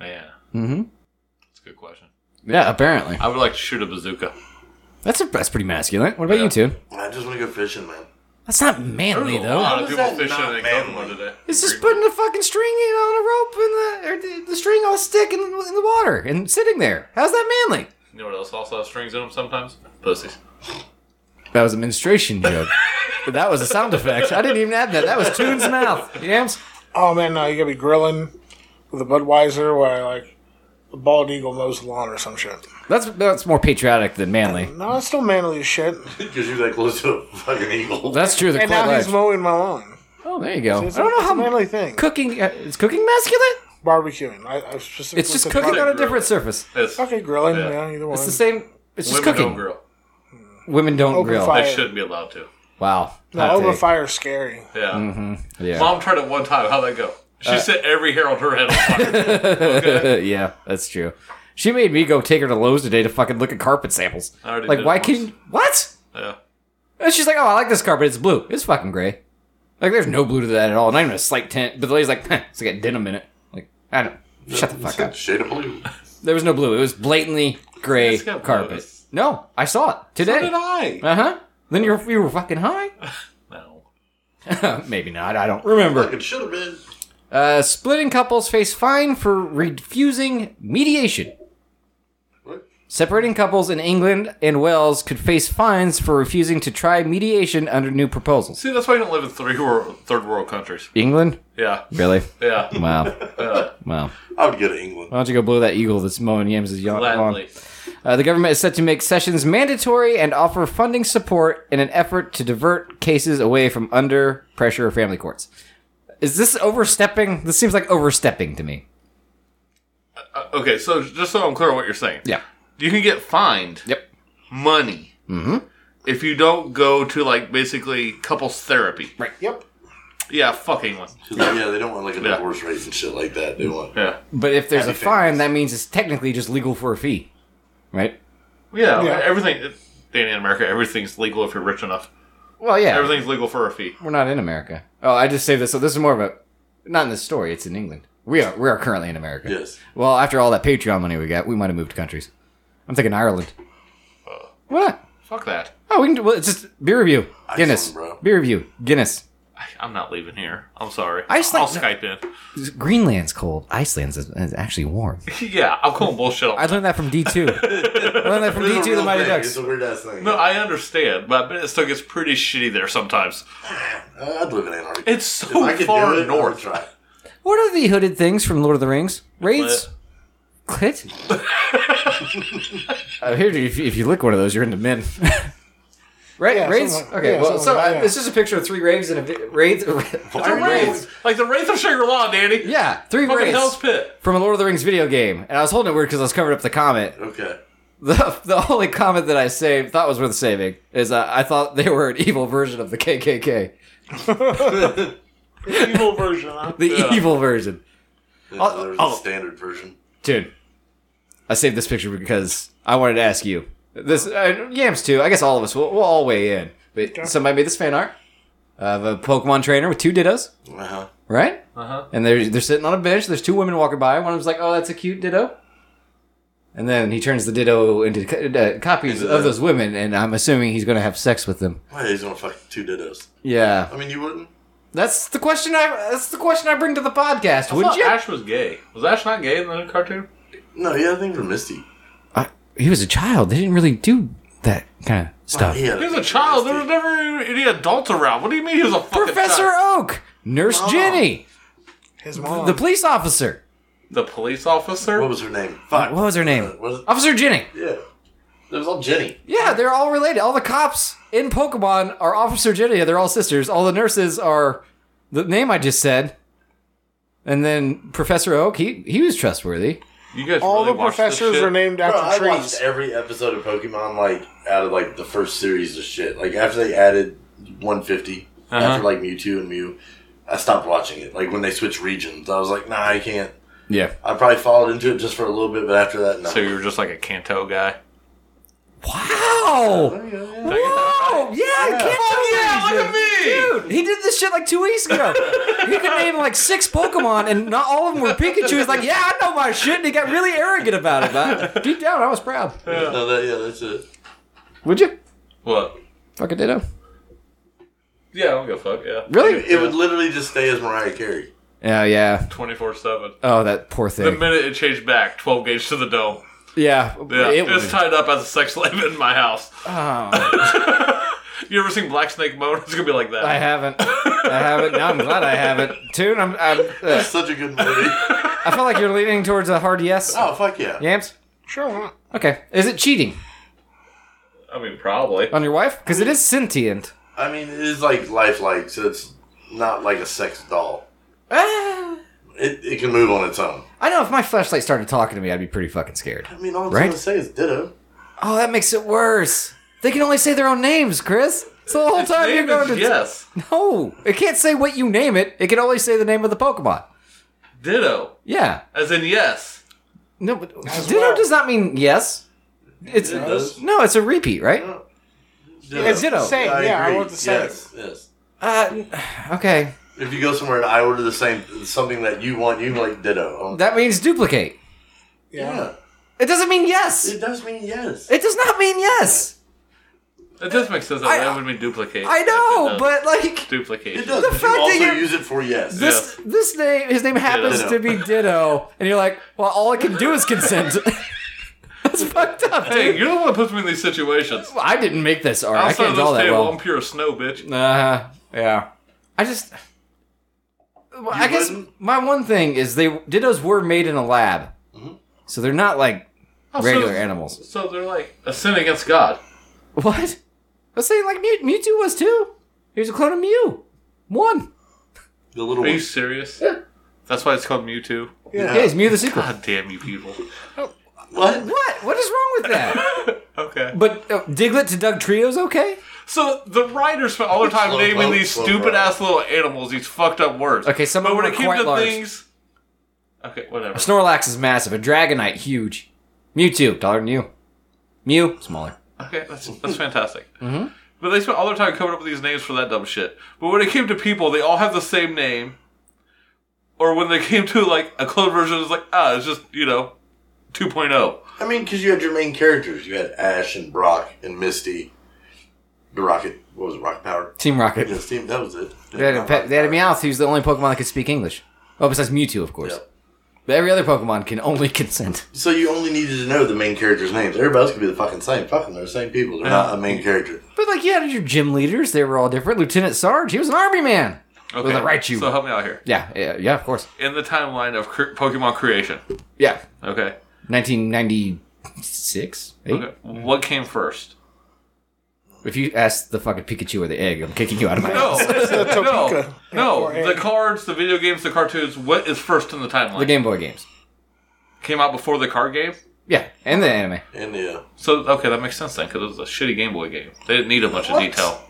S2: Yeah.
S1: Mm-hmm.
S2: That's a good question.
S1: Yeah, apparently.
S2: I would like to shoot a bazooka.
S1: That's a, that's pretty masculine. What about
S2: Yeah.
S1: you two?
S4: I just want to go fishing, man.
S1: That's not
S2: There's
S1: manly
S2: a lot
S1: though.
S2: of
S4: How is
S2: people
S4: that
S2: fishing
S4: not
S2: in
S4: manly?
S2: Gulfmore today.
S1: It's just putting a fucking string in on a rope and the, or the, the string on a stick in, in the water and sitting there. How's that manly?
S2: You know what else also has strings in them sometimes? Pussies.
S1: That was a menstruation joke. that was a sound effect. I didn't even add that. That was Toon's mouth. Yams.
S5: Oh man, no, you gotta be grilling with a Budweiser where like the bald eagle mows the lawn or some shit.
S1: That's that's more patriotic than manly.
S5: No, it's still manly as shit.
S4: Because you're that close to a fucking eagle.
S1: That's true. The
S5: And now he's mowing my lawn.
S1: Oh, there you go.
S5: It's,
S1: I
S5: a,
S1: don't know
S5: it's
S1: how
S5: a manly thing.
S1: cooking uh, is cooking masculine.
S5: Barbecuing. I, I specifically
S1: It's just
S5: said
S1: cooking on a
S2: grilling.
S1: different surface.
S2: It's
S5: Okay, grilling.
S2: Yeah.
S5: Yeah, either one.
S1: It's the same. It's just
S2: women don't
S1: cooking.
S2: grill.
S1: Women don't
S5: Open
S1: grill.
S5: fire.
S2: They shouldn't be allowed to.
S1: Wow.
S5: No,
S1: Hot
S5: over
S1: take.
S5: fire is scary.
S2: Yeah.
S1: Mm-hmm. Yeah.
S2: Mom tried it one time. How'd that go? She set every hair on her head on fire. okay.
S1: Uh, yeah, that's true. She made me go take her to Lowe's today to fucking look at carpet samples.
S2: I already
S1: like,
S2: did
S1: why
S2: it
S1: can what?
S2: Yeah.
S1: And she's like, "Oh, I like this carpet. It's blue. It's fucking gray. Like, there's no blue to that at all. Not even a slight tint." But the lady's like, "Huh, "It's got denim in it." Like, I don't. Shut the fuck up.
S4: Shade of blue.
S1: There was no blue. It was blatantly gray
S2: It's got blue.
S1: carpet.
S2: It's-
S1: No, I saw it today. Uh-huh.
S2: Did I?
S1: Uh huh. Then you were, you were fucking high.
S2: No.
S1: Maybe not. I don't remember.
S4: It should have been.
S1: Uh, splitting couples face fine for refusing mediation.
S4: What?
S1: Separating couples in England and Wales could face fines for refusing to try mediation under new proposals.
S2: See, that's why you don't live in three world, third world countries.
S1: England?
S2: Yeah,
S1: Really?
S2: yeah.
S1: Wow. wow.
S4: I would go to England.
S1: Why don't you go blow that eagle that's mowing Yams' yawn?
S2: Gladly.
S1: Uh, the government is set to make sessions mandatory and offer funding support in an effort to divert cases away from under pressure of family courts. Is this overstepping? This seems like overstepping to me.
S2: Uh, Okay, so just so I'm clear on what you're saying.
S1: Yeah.
S2: You can get fined
S1: Yep. Mm-hmm.
S2: money if you don't go to, like, basically couples therapy.
S1: Right.
S5: Yep.
S2: Yeah, fuck England.
S4: 'Cause, like, yeah, they don't want like a
S2: Yeah.
S4: divorce rate and shit like that. They want.
S2: Yeah.
S1: But if there's a
S4: Happy
S1: fine,
S4: families.
S1: that means it's technically just legal for a fee, right?
S2: Yeah, e-,
S5: Yeah.
S2: everything. Danny, in America, everything's legal if you're rich enough.
S1: Well, yeah.
S2: Everything's legal for a fee.
S1: We're not in America. Oh, I just say this. So this is more of a not in this story. It's in England. We are we are currently in America.
S4: Yes.
S1: Well, after all that Patreon money we got, we might have moved countries. I'm thinking Ireland.
S4: Uh.
S1: What?
S2: Fuck that.
S1: Oh, we can do. Well, it's just beer review. Guinness.
S4: Iceland, bro.
S1: Beer review. Guinness.
S2: I, I'm not leaving here. I'm sorry.
S1: I just like-
S2: I'll Skype in.
S1: Greenland's cold. Iceland's is, is actually warm.
S2: yeah, I'm calling bullshit.
S1: I learned that from D2. I learned that from
S4: It's a
S1: D2 the
S4: real
S1: Mighty
S4: thing.
S1: Ducks.
S4: It's a weird ass thing.
S2: no, I understand, but I bet it still gets pretty shitty there sometimes.
S4: Uh, I'd live in Antarctica.
S2: It's so
S4: I could
S2: far
S4: do it, I would
S2: north.
S4: Try. it.
S1: What are the hooded things from Lord of the Rings? Raids? Clit? I hear you- if, if you lick one of those, you're into men. right?
S5: Yeah,
S1: raids?
S5: something like-
S1: okay,
S5: yeah,
S1: well,
S5: something
S1: so
S5: like
S1: I,
S5: that.
S1: it's just a picture of three raves and a vi- raids.
S2: They're
S1: three
S2: raids.
S1: raids.
S2: Like the Wraith of Sugar Law, Danny.
S1: Yeah, three
S2: Fucking
S1: raids.
S2: Hell's Pit.
S1: From a Lord of the Rings video game. And I was holding it weird because I was covering up the comment.
S4: Okay.
S1: The, the only comment that I saved, thought was worth saving, is uh, I thought they were an evil version of the KKK.
S5: Evil version, huh?
S1: The evil version.
S4: Yeah,
S1: I'll-
S4: there's
S1: I'll-
S4: a standard version.
S1: Dude, I saved this picture because I wanted to ask you. This uh, Yams too. I guess all of us will we'll all weigh in. But somebody made this fan art of a Pokemon trainer with two Dittos,
S4: Uh huh.
S1: right?
S2: Uh-huh.
S1: And they're they're sitting on a bench. There's two women walking by. One of them's like, "Oh, that's a cute Ditto." And then he turns the Ditto into co- uh, copies
S4: Into
S1: of
S4: the-
S1: those women, and I'm assuming he's going to have sex with them.
S4: Why he's gonna fuck two dittos?
S1: Yeah,
S4: I mean, you wouldn't.
S1: that's the question. I that's the question I bring to the podcast.
S2: I
S1: Would
S2: thought
S1: you?
S2: Ash was gay. Was Ash not gay in the cartoon?
S4: No, yeah, I think for Misty.
S1: I, he was a child. They didn't really do that kind of stuff.
S4: Yeah,
S2: He was a child. There was
S4: Misty.
S2: never any adults around. What do you mean he was a fucking Oh.
S1: Professor
S2: child?
S1: Oak, Nurse Jenny,
S5: His mom.
S2: Oh.
S1: the police officer.
S2: The police officer?
S4: What was her name? Fuck.
S1: What was her
S4: Uh,
S1: name?
S4: what was it?
S1: Officer Jenny.
S4: Yeah. It was all Jenny.
S1: Yeah, they're all related. All the cops in Pokemon are Officer Jenny. They're all sisters. All the nurses are the name I just said. And then Professor Oak, he he was trustworthy.
S2: you guys
S5: All
S2: really
S5: the
S2: watched this
S5: professors
S2: shit?
S5: are named
S4: Bro, I
S5: after
S4: watched
S5: trees.
S4: every episode of Pokemon like out of like the first series of shit. Like after they added 150
S5: Uh-huh.
S4: after like Mewtwo and Mew, I stopped watching it. Like when they switched regions, I was like, nah, I can't.
S1: Yeah.
S4: I probably followed into it just for a little bit, but after that, no.
S2: So you were just like a Kanto guy?
S1: Wow.
S4: Yeah, yeah.
S1: Oh! Whoa! Yeah, yeah.
S2: Oh, yeah, look at me!
S1: Dude, he did this shit like two weeks ago. he could name like six Pokemon, and not all of them were Pikachu. He's like, yeah, I know my shit, and he got really arrogant about it. But deep down, I was proud.
S4: No, that, yeah, that's it.
S1: Would you?
S2: What?
S1: Fucking ditto.
S2: Yeah, I don't give a fuck. Yeah.
S1: Really?
S4: It would literally just stay as Mariah Carey.
S1: Yeah, yeah.
S2: 24 7.
S1: Oh, that poor
S2: The
S1: thing.
S2: minute it changed back, 12 gauge to the dome.
S1: Yeah,
S2: Yeah,
S1: it
S2: it
S1: was.
S2: was tied up as a sex slave in my house.
S1: Oh,
S2: You ever seen Black Snake Moan? It's gonna be like that.
S1: I haven't. I haven't. Now I'm glad I haven't. Tune. I'm. I'm uh,
S4: Such a good movie.
S1: I feel like you're leaning towards a hard yes.
S4: oh fuck yeah.
S1: Yams.
S5: Sure, why not?
S1: Okay. Is it cheating
S2: I mean, probably.
S1: on your wife? Because it is sentient.
S4: I mean, it is like lifelike, so it's not like a sex doll.
S1: Ah.
S4: It, it can move on its own.
S1: I know if my flashlight started talking to me, I'd be pretty fucking scared.
S4: I mean, all it's
S1: Right.
S4: gonna say is Ditto.
S1: Oh, that makes it worse. They can only say their own names, Chris. So the whole time you're
S2: Name
S1: going
S2: is
S1: to
S2: yes.
S1: no, it can't say what you name it. It can only say the name of the Pokemon.
S2: Ditto.
S1: Yeah,
S2: As in yes.
S1: no, but Ditto
S5: well.
S1: does not mean yes. It's
S4: It does.
S1: no, it's a repeat, right?
S4: Ditto.
S5: It's the same. yeah, I
S4: agree.
S5: want the same.
S4: Yes, yes.
S1: Uh, okay,
S4: If you go somewhere and I order the same something that you want, you like Ditto. Um,
S1: that means duplicate.
S5: Yeah.
S4: yeah,
S1: It doesn't mean yes.
S4: it does mean yes.
S1: It does not mean yes.
S2: It does make sense that
S1: I-
S2: that would mean duplicate.
S1: I
S2: Yes,
S1: know,
S2: it does.
S1: but like
S2: duplication.
S4: It does.
S1: The
S4: but
S1: fact
S4: you
S1: that
S4: also
S1: you're-
S4: use it for yes.
S1: this this name his name happens
S4: Ditto.
S1: to be Ditto, and you're like, well, all I can do is consent. That's fucked up,
S2: Hey,
S1: dude.
S2: you're the one that puts me in these situations.
S1: I didn't make this art. I
S2: Outside
S1: can't
S2: of
S1: draw
S2: this
S1: that
S2: table,
S1: well.
S2: I'm pure snow, bitch.
S1: Uh, yeah. I just. Well, I guess
S4: wouldn't?
S1: my one thing is they dittos were made in a lab, so they're not like regular
S2: Oh, so,
S1: animals.
S2: So they're like a sin against God.
S1: What? I was saying like Mew, Mewtwo was too. He was a clone of Mew. One.
S4: The little
S2: Are you
S4: one.
S2: serious? That's why it's called Mewtwo.
S1: Yeah, he's Mew the sequel.
S2: God damn you people.
S4: What?
S1: What? What is wrong with that?
S2: Okay.
S1: but uh, Diglett to Doug Trio's okay.
S2: So the writers spent all their time
S4: Slow
S2: naming
S4: boat,
S2: these
S4: slow
S2: stupid
S4: roll.
S2: ass little animals, these fucked up words.
S1: Okay, some
S2: but
S1: of
S2: when
S1: them
S2: it
S1: are
S2: came
S1: quite
S2: to
S1: large.
S2: things, okay, whatever.
S1: Snorlax is massive. A Dragonite huge. Mewtwo taller than you. Mew smaller.
S2: Okay, that's that's fantastic. Mm-hmm. But they spent all their time coming up with these names for that dumb shit. But when it came to people, they all have the same name. Or when they came to like a clone version, it's like ah, it's just you know, oh. 2.0.
S4: I mean, because you had your main characters. You had Ash and Brock and Misty. The Rocket. What was it? Rocket Power.
S1: Team Rocket.
S4: Yes, team. That was it.
S1: They had, a pet, they had a Meowth who's the only Pokemon that could speak English. Well, besides Mewtwo, of course.
S4: Yep.
S1: But every other Pokemon can only consent.
S4: So you only needed to know the main characters' names. Everybody else could be the fucking same. Fucking, they're the same people. They're not a main character.
S1: But like you had your gym leaders, they were all different. Lieutenant Sarge, he was an army man.
S2: Okay,
S1: With a Raichu.
S2: So help me out here.
S1: yeah, yeah, yeah, of course.
S2: In the timeline of cr- Pokemon creation,
S1: Yeah,
S2: okay,
S1: 1996, eight.
S2: okay, what came first?
S1: If you ask the fucking Pikachu or the egg, I'm kicking you out of my
S2: No,
S1: house.
S2: no,
S5: Topeka.
S2: no.
S5: Or Annie.
S2: The cards, the video games, the cartoons. What is first in the timeline?
S1: The Game Boy games.
S2: came out before the card game.
S1: Yeah, and the anime.
S4: And yeah,
S2: So okay, that makes sense then, because it was a shitty Game Boy game. They didn't need a bunch of detail.
S1: What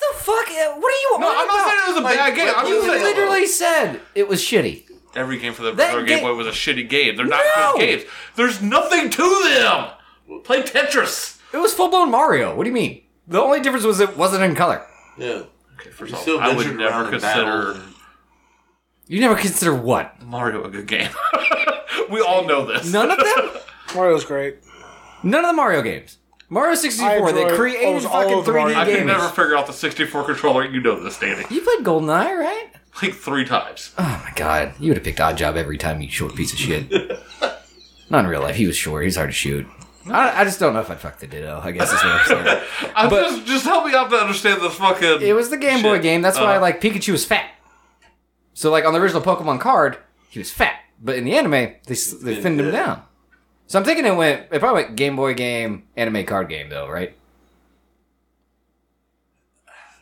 S1: the fuck? uh, What are you
S2: No, I'm not saying it was a bad game. I'm
S1: You
S2: just saying
S1: literally said it was shitty.
S2: every game for the
S1: That
S2: regular Game
S1: ga-
S2: Boy was a shitty game. They're not
S1: No!
S2: good games. There's nothing to them. Play Tetris.
S1: It was full blown Mario. What do you mean? The only difference was it wasn't in color.
S4: yeah.
S2: First
S4: You
S2: off,
S4: still
S2: I would
S4: ventured
S2: never
S4: around and
S2: consider
S4: battled and-
S1: You never consider what?
S2: Mario a good game. we all know this.
S1: None of them?
S5: Mario's great.
S1: None of the Mario games. Mario 64, they
S5: enjoy
S1: created
S5: almost all
S1: fucking
S5: of the Mario
S1: 3D
S2: I could
S1: games.
S2: never figure out the 64 controller. You know this, Danny.
S1: You played GoldenEye, right?
S2: Like three times.
S1: Oh my god. You would have picked Odd Job every time, you short piece of shit. Not in real life. He was short. He was hard to shoot. I, I just don't know if I'd fuck the ditto, I guess is what I'm saying.
S2: I just, just help me out to understand this fucking.
S1: It was the Game Boy
S2: Shit.
S1: game. That's why
S2: Uh-huh.
S1: like Pikachu was fat. So like on the original Pokemon card, he was fat, but in the anime they s- they thinned him
S4: Yeah.
S1: down. So I'm thinking it went it probably went Game Boy game, anime card game though, right?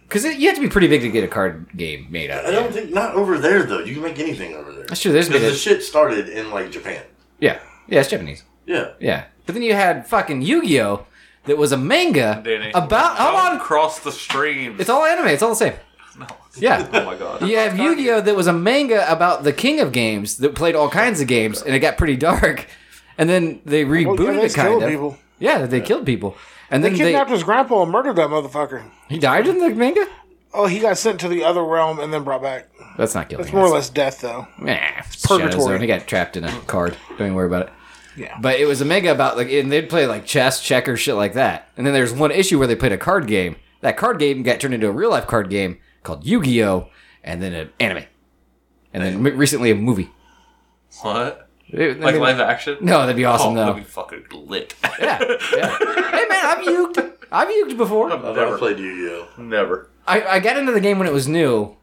S1: Because you have to be pretty big to get a card game made out
S4: I
S1: of it.
S4: don't think not over there though. You can make anything over there.
S1: That's true. There's
S4: Because
S1: been
S4: the
S1: a,
S4: shit started in like Japan.
S1: yeah, yeah, it's Japanese.
S4: Yeah.
S1: Yeah, but then you had fucking Yu-Gi-Oh, that was a manga
S2: Danny.
S1: about.
S2: Don't
S1: Hold on,
S2: cross the streams.
S1: it's all anime. It's all the same. Yeah.
S2: oh my god.
S1: You have Yu Gi Oh! that was a manga about the king of games that played all kinds of games and it got pretty dark. And then they rebooted
S5: Well, yeah, they
S1: it kind
S5: killed
S1: of.
S5: people.
S1: Yeah, they killed people. And
S5: They
S1: then they,
S5: kidnapped his grandpa and murdered that motherfucker.
S1: he died in the manga?
S5: Oh, he got sent to the other realm and then brought back.
S1: That's not killing.
S5: It's more or less death, though.
S1: Nah, it's
S5: Purgatory.
S1: Shadow Zone. He got trapped in a card. Don't worry about it.
S5: Yeah.
S1: But it was a mega about like and they'd play like chess, checker, shit like that. And then there's one issue where they played a card game. That card game got turned into a real life card game called Yu-Gi-Oh! and then an anime. And then m- recently a movie.
S2: What?
S1: It- I
S2: Like
S1: mean-
S2: live action?
S1: No, that'd be awesome
S2: Oh,
S1: though.
S2: that'd be fucking lit.
S1: Yeah, yeah. Hey man, I've uked. I've uked before.
S4: I've
S2: Never.
S4: never played Yu-Gi-Oh.
S2: Never.
S1: I, I got into the game when it was new.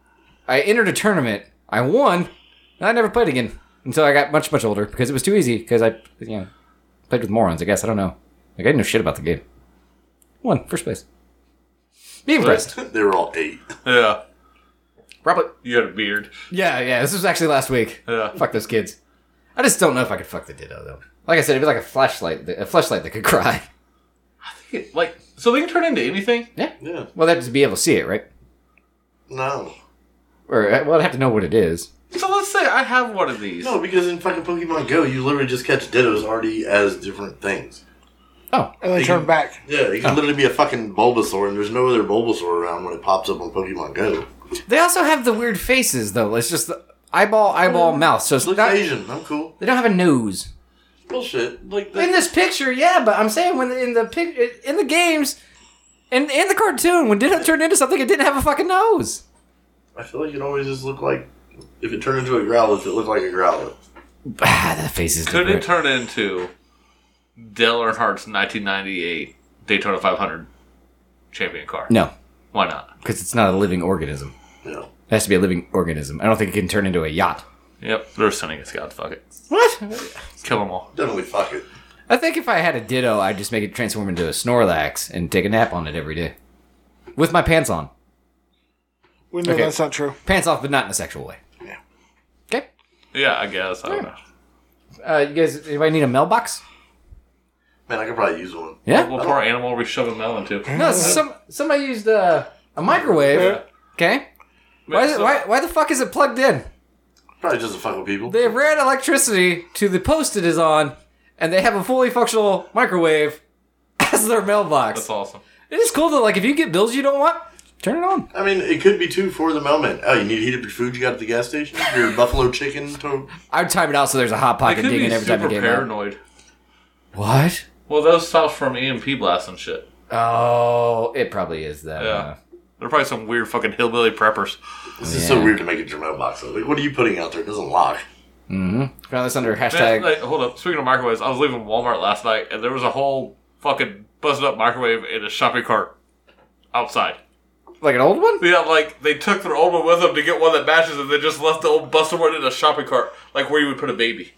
S1: I entered a tournament. I won. And I never played again until I got much much older because it was too easy. Because I you know played with morons. I guess I don't know. Like I didn't know shit about the game. Won first place. Be impressed.
S4: They were all eight.
S2: Yeah.
S1: Probably.
S2: You had a beard.
S1: Yeah, yeah. This was actually last week.
S2: Yeah.
S1: Fuck those kids. I just don't know if I could fuck the ditto though. Like I said, it'd be like a flashlight, a flashlight that could cry.
S2: Like, so they can turn into anything?
S4: Yeah.
S1: Well, that'd just be able to see it, right?
S4: No.
S1: Or uh, well, I'd have to know what it is.
S2: So let's say I have one of these.
S4: No, because in fucking Pokemon Go, you literally just catch Dittos already as different things.
S1: Oh,
S5: And they turned back.
S4: Yeah, it can literally be a fucking Bulbasaur, and there's no other Bulbasaur around when it pops up on Pokemon Go.
S1: They also have the weird faces though. It's just the eyeball, eyeball, mouth. So it's
S4: Looks
S1: not, they
S4: Asian. I'm cool.
S1: don't have a nose.
S4: Bullshit. Like
S1: In
S4: that.
S1: this picture, yeah, but I'm saying when in the pic, in the games, And in the cartoon, when Ditto turned into something, it didn't have a fucking nose.
S4: I feel like it always just looked like if it turned into a growlithe, it looked like a growlithe.
S1: Ah, that face is
S2: Could it
S1: different.
S2: turn into Dale Earnhardt's 1998 Daytona 500 champion car?
S1: no,
S2: Why not?
S1: because it's not a living organism.
S4: You know.
S1: It has to be a living organism. I don't think it can turn into a yacht.
S2: Yep, they're sending us God. Fuck it.
S1: What?
S2: Kill them all.
S4: Definitely fuck it.
S1: I think if I had a Ditto, I'd just make it transform into a Snorlax and take a nap on it every day. With my pants on.
S5: We know
S1: Okay.
S5: that's not true.
S1: Pants off, but not in a sexual way.
S5: Yeah.
S1: Okay.
S2: Yeah, I guess. I don't know.
S1: Uh, you guys, anybody need a mailbox?
S4: Man, I could probably use one.
S1: Yeah?
S2: What poor animal are we shoving Mel into?
S1: No, some, somebody used uh, a microwave. Okay. Why, is it, why, why the fuck is it plugged in?
S4: Probably just to fuck with people.
S1: They ran electricity to the post it is on, and they have a fully functional microwave as their mailbox.
S2: That's awesome.
S1: It is cool that, like, if you get bills you don't want, turn it on.
S4: I mean, it could be too for the mailman. Oh, you need to heat up your food you got at the gas station? Your buffalo chicken to-
S1: I would time it out so there's a hot
S2: They
S1: pocket
S2: could
S1: ding
S2: be
S1: in every time
S2: super
S1: you get out.
S2: paranoid.
S1: What?
S2: Well, those stops from E EMP blasts and shit.
S1: Oh, it probably is that.
S2: Yeah.
S1: uh,
S2: They're probably some weird fucking hillbilly preppers.
S4: This is
S1: Yeah.
S4: so weird to make it your mailbox. though. Like, what are you putting out there? It doesn't lock.
S1: found this under
S2: Man,
S1: hashtag.
S2: like, hold up. Speaking of microwaves, I was leaving Walmart last night and there was a whole fucking busted up microwave in a shopping cart outside.
S1: like an old one?
S2: Yeah, like they took their old one with them to get one that matches, and they just left the old busted one in a shopping cart, like where you would put a baby.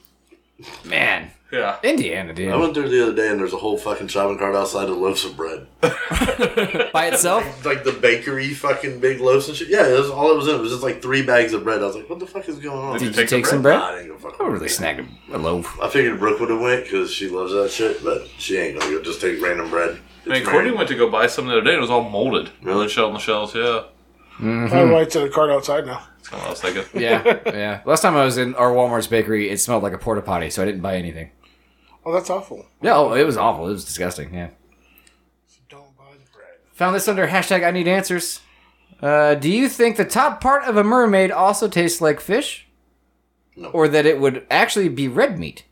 S1: Man.
S2: Yeah,
S1: Indiana,
S4: I
S1: dude.
S4: went there the other day and there's a whole fucking shopping cart outside of loaves of bread.
S1: By itself?
S4: like the bakery fucking big loaves and shit. Yeah, that's all it was in. It was just like three bags of bread. I was like, what the fuck is going on?
S1: Did
S2: Did
S1: you
S2: you
S1: take,
S2: take the
S1: some
S4: Nah,
S1: bread?
S4: I didn't go
S1: I
S4: fucking
S1: would really snag a loaf.
S4: I figured Brooke would have went because she loves that shit, but she ain't gonna go just take random bread. It's
S2: man. Courtney
S4: random.
S2: went to go buy some the other day, and it was all molded.
S4: Really?
S2: Really, shell on the shelves. Yeah, Mm-hmm.
S5: My rights at a cart outside now.
S2: that's what I was thinking.
S1: Yeah, yeah. Last time I was in our Walmart's bakery, it smelled like a porta potty, so I didn't buy anything.
S5: Oh, that's awful.
S1: Yeah, oh, it was awful. It was disgusting. Yeah.
S5: Don't buy the bread.
S1: Found this under hashtag I need answers. Uh, do you think the top part of a mermaid also tastes like fish?
S4: No.
S1: Or that it would actually be red meat?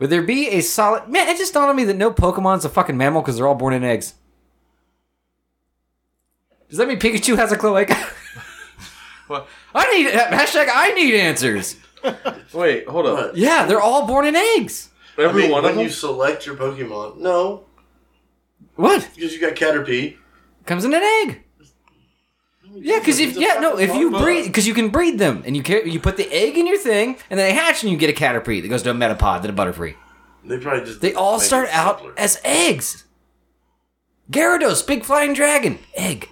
S1: Would there be a solid. Man, it just dawned on me that no Pokemon's a fucking mammal because they're all born in eggs. Does that mean Pikachu has a cloaca?
S2: What?
S1: I need. Hashtag I need answers.
S2: Wait, hold up.
S4: But,
S1: Yeah, they're all born in eggs.
S4: I
S2: Every
S4: mean,
S2: one
S4: when
S2: of them.
S4: you select your Pokemon, no,
S1: What?
S4: because you got Caterpie.
S1: Comes in an egg. Yeah, because if
S4: It's a
S1: yeah no,
S4: fucking
S1: if you
S4: bug.
S1: breed because you can breed them and you ca- you put the egg in your thing and then they hatch and you get a caterpie that goes to a metapod then a butterfree.
S4: they probably just
S1: They all
S4: make it
S1: start out
S4: simpler.
S1: as eggs. Gyarados, big flying dragon, egg.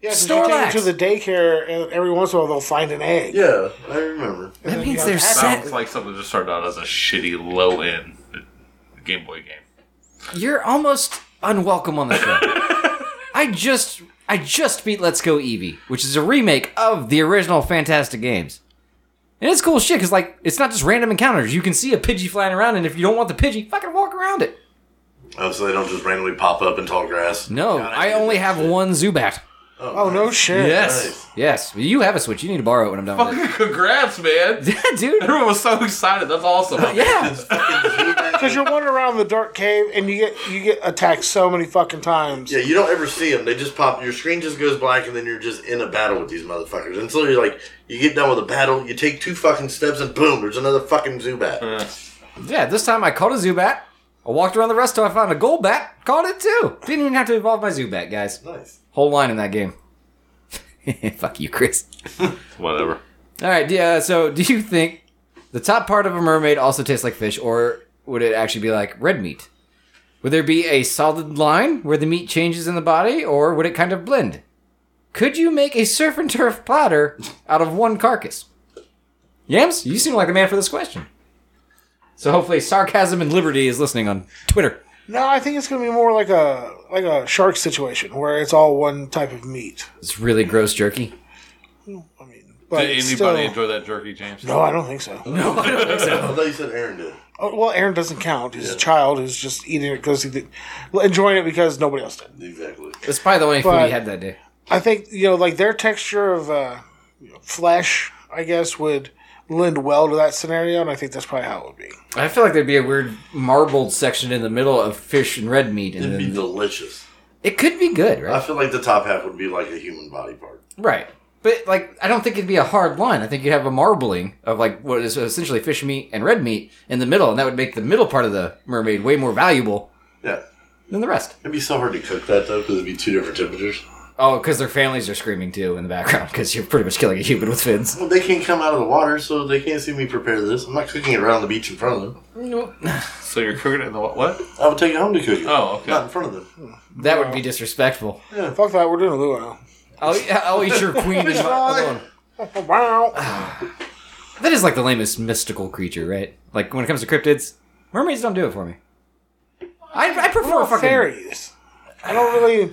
S5: Yeah, 'cause you
S1: Snorlax.
S5: take it to the daycare, and every once in a while they'll find an egg.
S4: yeah. I remember.
S1: That means
S5: got
S1: they're
S5: hatched.
S1: set.
S2: Sounds like something that just started out as a shitty low end Game Boy game.
S1: You're almost unwelcome on the show. I just I just beat Let's Go Eevee, which is a remake of the original Fantastic Games. And it's cool shit because like it's not just random encounters. You can see a Pidgey flying around, and if you don't want the Pidgey, fucking walk around it.
S4: Oh, so they don't just randomly pop up in tall grass.
S1: No,
S4: God,
S1: I
S4: hate
S1: only
S4: that
S1: have
S4: shit.
S1: one Zubat.
S5: Oh no shit.
S1: Yes,
S4: Nice.
S1: yes. You have a Switch. You need to borrow it when I'm done with
S2: Fucking congrats, man!
S1: it. Yeah, dude.
S2: Everyone was so excited. That's awesome.
S1: Yeah.
S5: Because you're wandering around the dark cave and you get you get attacked so many fucking times.
S4: Yeah, you don't ever see them. They just pop. Your screen just goes black, and then you're just in a battle with these motherfuckers. Until you're like, you get done with a battle, you take two fucking steps, and boom, there's another fucking Zubat.
S1: Yeah, this time I caught a Zubat. I walked around the rest till I found a gold bat. Caught it too. Didn't even have to evolve my Zubat, guys.
S4: Nice.
S1: Whole line in that game. Fuck you, Chris.
S2: Whatever.
S1: All right, yeah. So, do you think the top part of a mermaid also tastes like fish, or would it actually be like red meat? Would there be a solid line where the meat changes in the body, or would it kind of blend? Could you make a surf and turf platter out of one carcass? Yams, you seem like the man for this question. So hopefully, sarcasm and liberty is listening on Twitter.
S5: No, I think it's gonna be more like a like a shark situation where it's all one type of meat.
S1: It's really gross jerky.
S5: I mean, but
S2: Did anybody
S5: still,
S2: enjoy that jerky, James?
S5: No, I don't think so.
S4: I thought you said Aaron did.
S5: Oh, well, Aaron doesn't count. He's a child who's just eating it because he did, well, enjoying it because nobody else did.
S4: Exactly.
S1: That's probably the only food
S5: But-
S1: we had that day.
S5: I think you know, like their texture of uh, you know, flesh, I guess, would lend well to that scenario, and I think that's probably how it would be.
S1: I feel like there'd be a weird marbled section in the middle of fish and red meat, and
S4: It'd be
S1: then
S4: delicious.
S1: It could be good,
S4: I
S1: right?
S4: feel like the top half would be like a human body part.
S1: Right. But like, I don't think it'd be a hard line. I think you'd have a marbling of like what is essentially fish meat and red meat in the middle, and that would make the middle part of the mermaid way more valuable
S4: Yeah.
S1: than the rest.
S4: It'd be so hard to cook that though, because it'd be two different temperatures.
S1: Oh, because their families are screaming too in the background because you're pretty much killing a human with fins.
S4: Well, they can't come out of the water, so they can't see me prepare this. I'm not cooking it right on the beach in front of them.
S2: So you're cooking it in the what? what?
S4: I would take it home to cook it.
S2: Oh, okay.
S4: Not in front of them.
S1: That would be disrespectful.
S5: Fuck that, we're doing a luau.
S1: I'll, I'll eat your queen and- alone.
S5: Oh,
S1: Ah,
S5: wow.
S1: That is like the lamest mystical creature, right? Like when it comes to cryptids, mermaids don't do it for me. I, I prefer
S5: We're
S1: a fucking
S5: fairies. I don't really.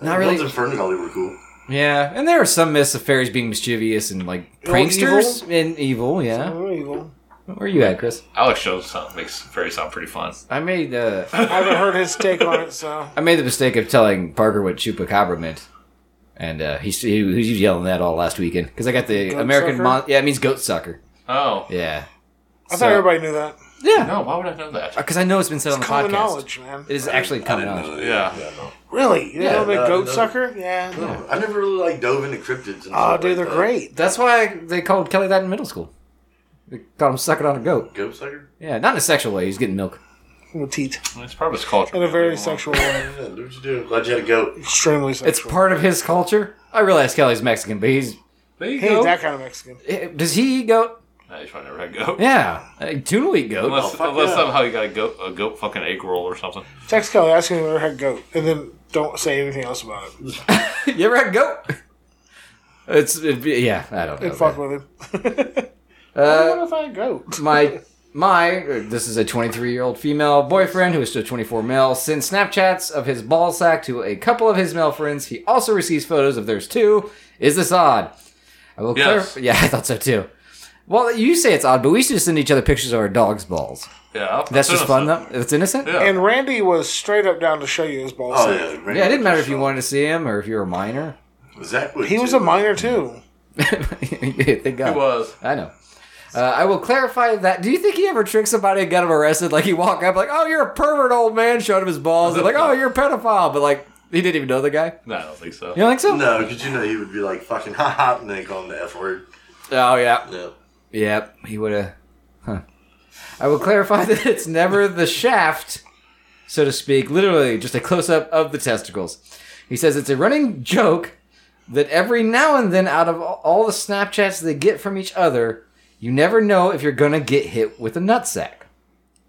S1: not
S4: The
S1: really.
S4: ones in Ferngully were cool.
S1: Yeah, and there are some myths of fairies being mischievous and like
S5: Or
S1: pranksters and evil. Yeah,
S5: I'm evil.
S1: where you at, Chris?
S2: Alex Jones sound, makes very sound pretty fun.
S1: I made uh,
S5: I haven't heard his take on it, so.
S1: I made the mistake of telling Parker what chupacabra meant, and uh, he, he was yelling that all last weekend because I got the
S5: Goat
S1: American
S5: sucker?
S1: mon- yeah, it means goat sucker.
S2: Oh.
S1: Yeah,
S5: I thought everybody knew that.
S1: yeah,
S2: No, why would I know that?
S1: because I know it's been said on the
S5: Common
S1: podcast.
S5: knowledge, man.
S1: It is actually common knowledge.
S4: that.
S2: Yeah.
S4: no.
S5: Really? You
S1: Yeah, uh,
S5: know the
S4: no,
S5: goat
S4: no.
S5: sucker? Yeah. no.
S4: I never really like dove into cryptids. And
S5: Oh,
S4: stuff
S5: dude,
S4: like
S5: they're
S1: Uh,
S4: that.
S5: great.
S1: That's why they called Kelly that in middle school. They called him sucking on a goat.
S4: Goat sucker.
S1: Yeah, not in a sexual way. He's getting milk.
S5: With teeth.
S2: It's part of his culture.
S5: In a very sexual way.
S4: Yeah, do what you do. Glad you had a goat.
S5: Extremely sexual.
S1: It's part of his culture. I realize Kelly's Mexican, but he's eh,
S2: There you
S5: Hey,
S2: go.
S5: that kind of Mexican.
S1: does he eat goat?
S2: Nah, he's probably never had goat.
S1: Yeah, uh, tuna will eat goat.
S2: Unless,
S4: Oh, fuck
S2: unless
S4: yeah.
S2: somehow you got a goat, a goat fucking egg roll or something.
S5: Text Kelly asking if you ever had goat, and then don't say anything else about it.
S1: you ever had goat? It's it'd be- yeah. I don't know.
S5: And fuck
S1: man.
S5: with him.
S1: Uh,
S5: what if I had goat?
S1: my my uh, this is a 23 year old female boyfriend who is still 24 male sends snapchats of his ball sack to a couple of his male friends he also receives photos of theirs too is this odd i will
S2: Yes.
S1: clarify yeah i thought so too well you say it's odd but we used to send each other pictures of our dog's balls
S2: Yeah. I'll-
S1: that's
S2: I'll
S1: just fun
S2: send us
S1: though it's innocent
S2: Yeah.
S5: And Randy was straight up down to show you his ball
S4: Oh
S5: sack.
S4: yeah. great.
S1: yeah it didn't matter if you wanted to see him or if you were a minor
S4: Zach would
S5: He was
S4: too.
S5: a minor too.
S1: thank
S2: that.
S1: god
S2: He was.
S1: I know. Uh, I will clarify that. Do you think he ever tricked somebody and got him arrested? Like he walked up, like, "Oh, you're a pervert, old man." Showed him his balls, and like, "Oh, you're a pedophile," but like he didn't even know the guy.
S2: No, I don't think so.
S1: You don't think so?
S4: No, because you know he would be like fucking ha ha, and then call him the f word.
S1: Oh yeah,
S4: No.
S1: yep. He would have. Huh. I will clarify that it's never the shaft, so to speak. Literally, just a close up of the testicles. He says it's a running joke that every now and then, out of all the Snapchats they get from each other, you never know if you're gonna get hit with a nutsack.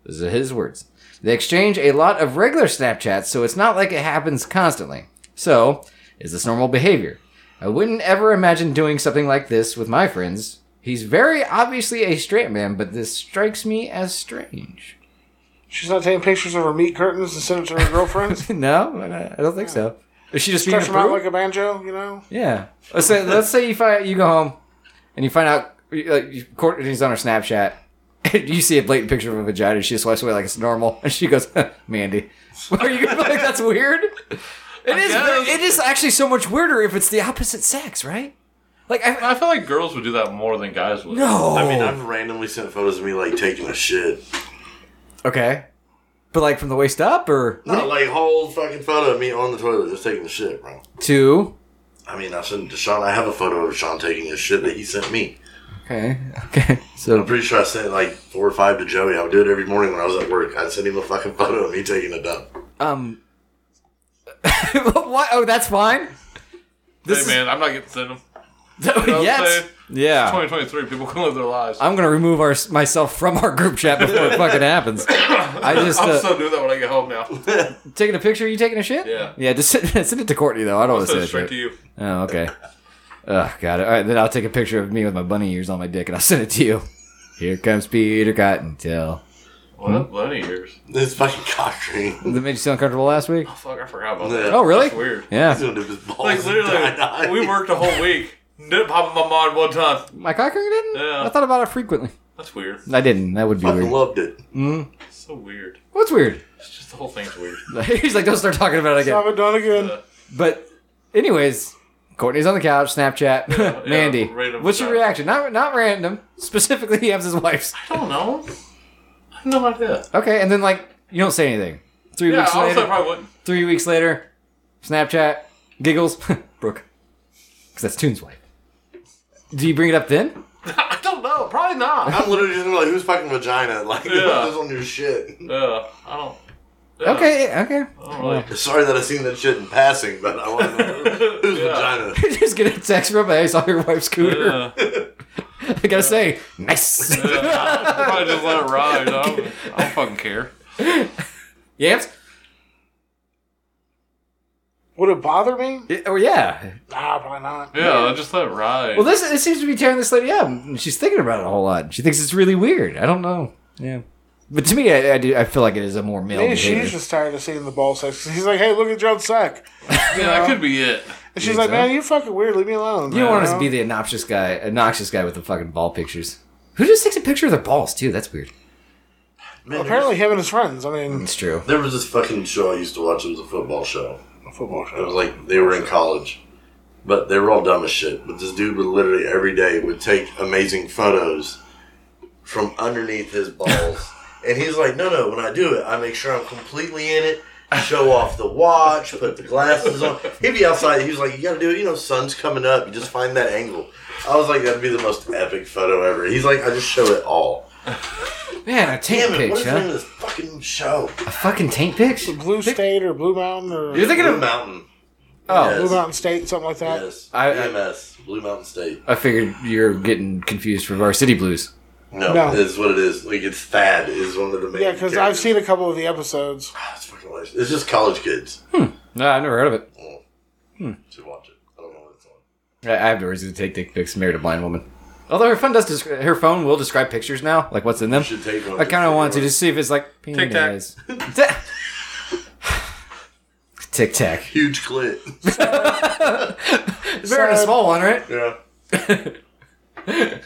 S1: Those are his words. They exchange a lot of regular Snapchats, so it's not like it happens constantly. So, is this normal behavior? I wouldn't ever imagine doing something like this with my friends. He's very obviously a straight man, but this strikes me as strange.
S5: She's not taking pictures of her meat curtains and sending it to her girlfriends.
S1: No, I- I don't think so. Is she just being a
S5: Stretch them out
S1: prude?
S5: like a banjo, you know.
S1: Yeah. Let's say let's say you find you go home and you find out like you- Courtney's on her Snapchat. And you see a blatant picture of a vagina. She swipes away like it's normal, and she goes, "Huh, "Mandy, are you gonna be like that's weird?" It is.
S2: guess.
S1: It is actually so much weirder if it's the opposite sex, right? Like I,
S2: I feel like girls would do that more than guys would.
S1: no.
S4: I mean, I've randomly sent photos of me like taking a shit.
S1: okay, but like from the waist up or
S4: Not like whole fucking photo of me on the toilet just taking a shit, bro.
S1: two.
S4: I mean, I sent it to Sean. I have a photo of Sean taking a shit that he sent me.
S1: Okay. Okay.
S4: I'm
S1: So
S4: pretty sure I sent like four or five to Joey. I would do it every morning when I was at work. I'd send him a fucking photo of me taking a dump.
S1: um. what? Oh, that's fine.
S2: Hey
S1: This
S2: man, I'm not getting sent them.
S1: is,
S2: I'm
S1: yes.
S2: saying?
S1: Yeah.
S2: 2023, people can live their lives. I'm,
S1: Ah. I'm gonna remove our, myself from our group chat before it fucking happens. I just uh,
S2: so doing that when I get home now.
S1: taking a picture. You taking a shit?
S2: Yeah.
S1: Yeah. Just send, send it to Courtney though. I don't want to
S2: so
S1: send it
S2: straight to
S1: you.
S2: you.
S1: Oh, okay. Ugh, got it. All right, then I'll take a picture of me with my bunny ears on my dick and I'll send it to you. Here comes Peter Cottontail.
S2: What? Bunny ears.
S4: This fucking cock ring.
S1: That made you so uncomfortable last week.
S2: Oh, fuck, I forgot about
S4: Yeah.
S2: that.
S1: Oh, really?
S2: That's weird.
S4: He's
S1: Yeah.
S4: gonna dip his balls.
S2: Like, literally, we worked a whole week. Didn't pop in my mind one time.
S1: My cock ring didn't.
S2: Yeah.
S1: I thought about it frequently.
S2: That's weird.
S1: I didn't. That would be
S4: Fucking
S1: weird.
S4: loved it.
S2: It's so weird.
S1: What's weird?
S2: It's just the whole thing's weird.
S1: He's like, don't start talking about it again.
S5: Stop it, done again.
S1: But, anyways, Courtney's on the couch. Snapchat.
S2: yeah,
S1: Mandy,
S2: random
S1: what's your
S2: stuff.
S1: reaction? Not not random. Specifically, he has his wife's.
S2: I don't know. I have no idea.
S1: Okay, and then like you don't say anything. Three
S2: Yeah,
S1: weeks
S2: honestly, I
S1: later.
S2: probably wouldn't.
S1: Three weeks later. Snapchat, giggles, Brooke, because that's Toon's wife. Do you bring it up then?
S2: I don't know. Probably not.
S4: I'm literally just gonna be like, who's fucking vagina? Like,
S2: Yeah.
S4: this on your shit.
S2: Yeah, I don't.
S1: Okay, okay.
S2: Really.
S4: Sorry that I seen that shit in passing, but I want to know who's vagina.
S1: You're just gonna text from, hey, I saw your wife's cooter.
S2: Yeah.
S1: I gotta say, nice.
S2: uh, Probably just let it ride. I don't, I don't fucking care.
S1: Yams?
S5: Would it bother me?
S1: Yeah, Oh, yeah.
S5: Nah, probably not.
S2: Yeah, just let it ride.
S1: Well, this it seems to be tearing this lady up. and She's thinking about it a whole lot. She thinks it's really weird. I don't know. Yeah. But to me, I, I do. I feel like it is a more male.
S5: Maybe
S1: behavior.
S5: she's just tired of seeing the ball sex. He's like, hey, look at Joe's sack.
S2: yeah,
S1: uh,
S2: that could be it.
S5: And she's like,
S1: so?
S5: man, you fucking weird. Leave me alone.
S1: You don't want us to be the obnoxious guy, obnoxious guy with the fucking ball pictures. Who just takes a picture of their balls too? That's weird.
S4: Man,
S5: Apparently, him and his friends. I mean,
S1: It's true.
S4: There was this fucking show I used to watch. It was a football show.
S5: football
S4: It was
S5: show.
S4: like they were in college, but they were all dumb as shit. But this dude would literally every day would take amazing photos from underneath his balls, and he's like, "No, no, when I do it, I make sure I'm completely in it." Show off the watch, put the glasses on. He'd be outside. He was like, "You gotta do it. You know, sun's coming up. You just find that angle." I was like, "That'd be the most epic photo ever." He's like, "I just show it all."
S1: Man, a taint
S4: Damn it!
S1: pitch,
S4: What is the name
S1: huh?
S4: of this fucking show?
S1: A fucking taint pitch.
S5: Blue State or Blue Mountain or
S1: You're thinking
S4: Blue
S1: of?
S4: Mountain.
S1: Oh,
S5: Blue Mountain State, something like that.
S4: Yes.
S1: I- I-
S4: EMS. Blue Mountain State.
S1: I figured you're getting confused for Varsity Blues.
S4: No,
S5: No.
S4: it's what it is. Like it's Thad is one of the main. Ah,
S5: Yeah, because I've seen a couple of the episodes.
S4: It's fucking hilarious. It's just college kids.
S1: No, I've never heard of it.
S4: Should watch it. I don't know what it's on.
S1: I I have no reason to take dick pics married a blind woman. Although her phone does, descri- her phone will describe pictures now, like what's in them.
S4: Should take one.
S1: I kind of want to just see if it's like
S2: Tic Tac.
S1: penis. Tic Tac.
S4: Huge clit.
S1: Better than a small one, right?
S4: yeah.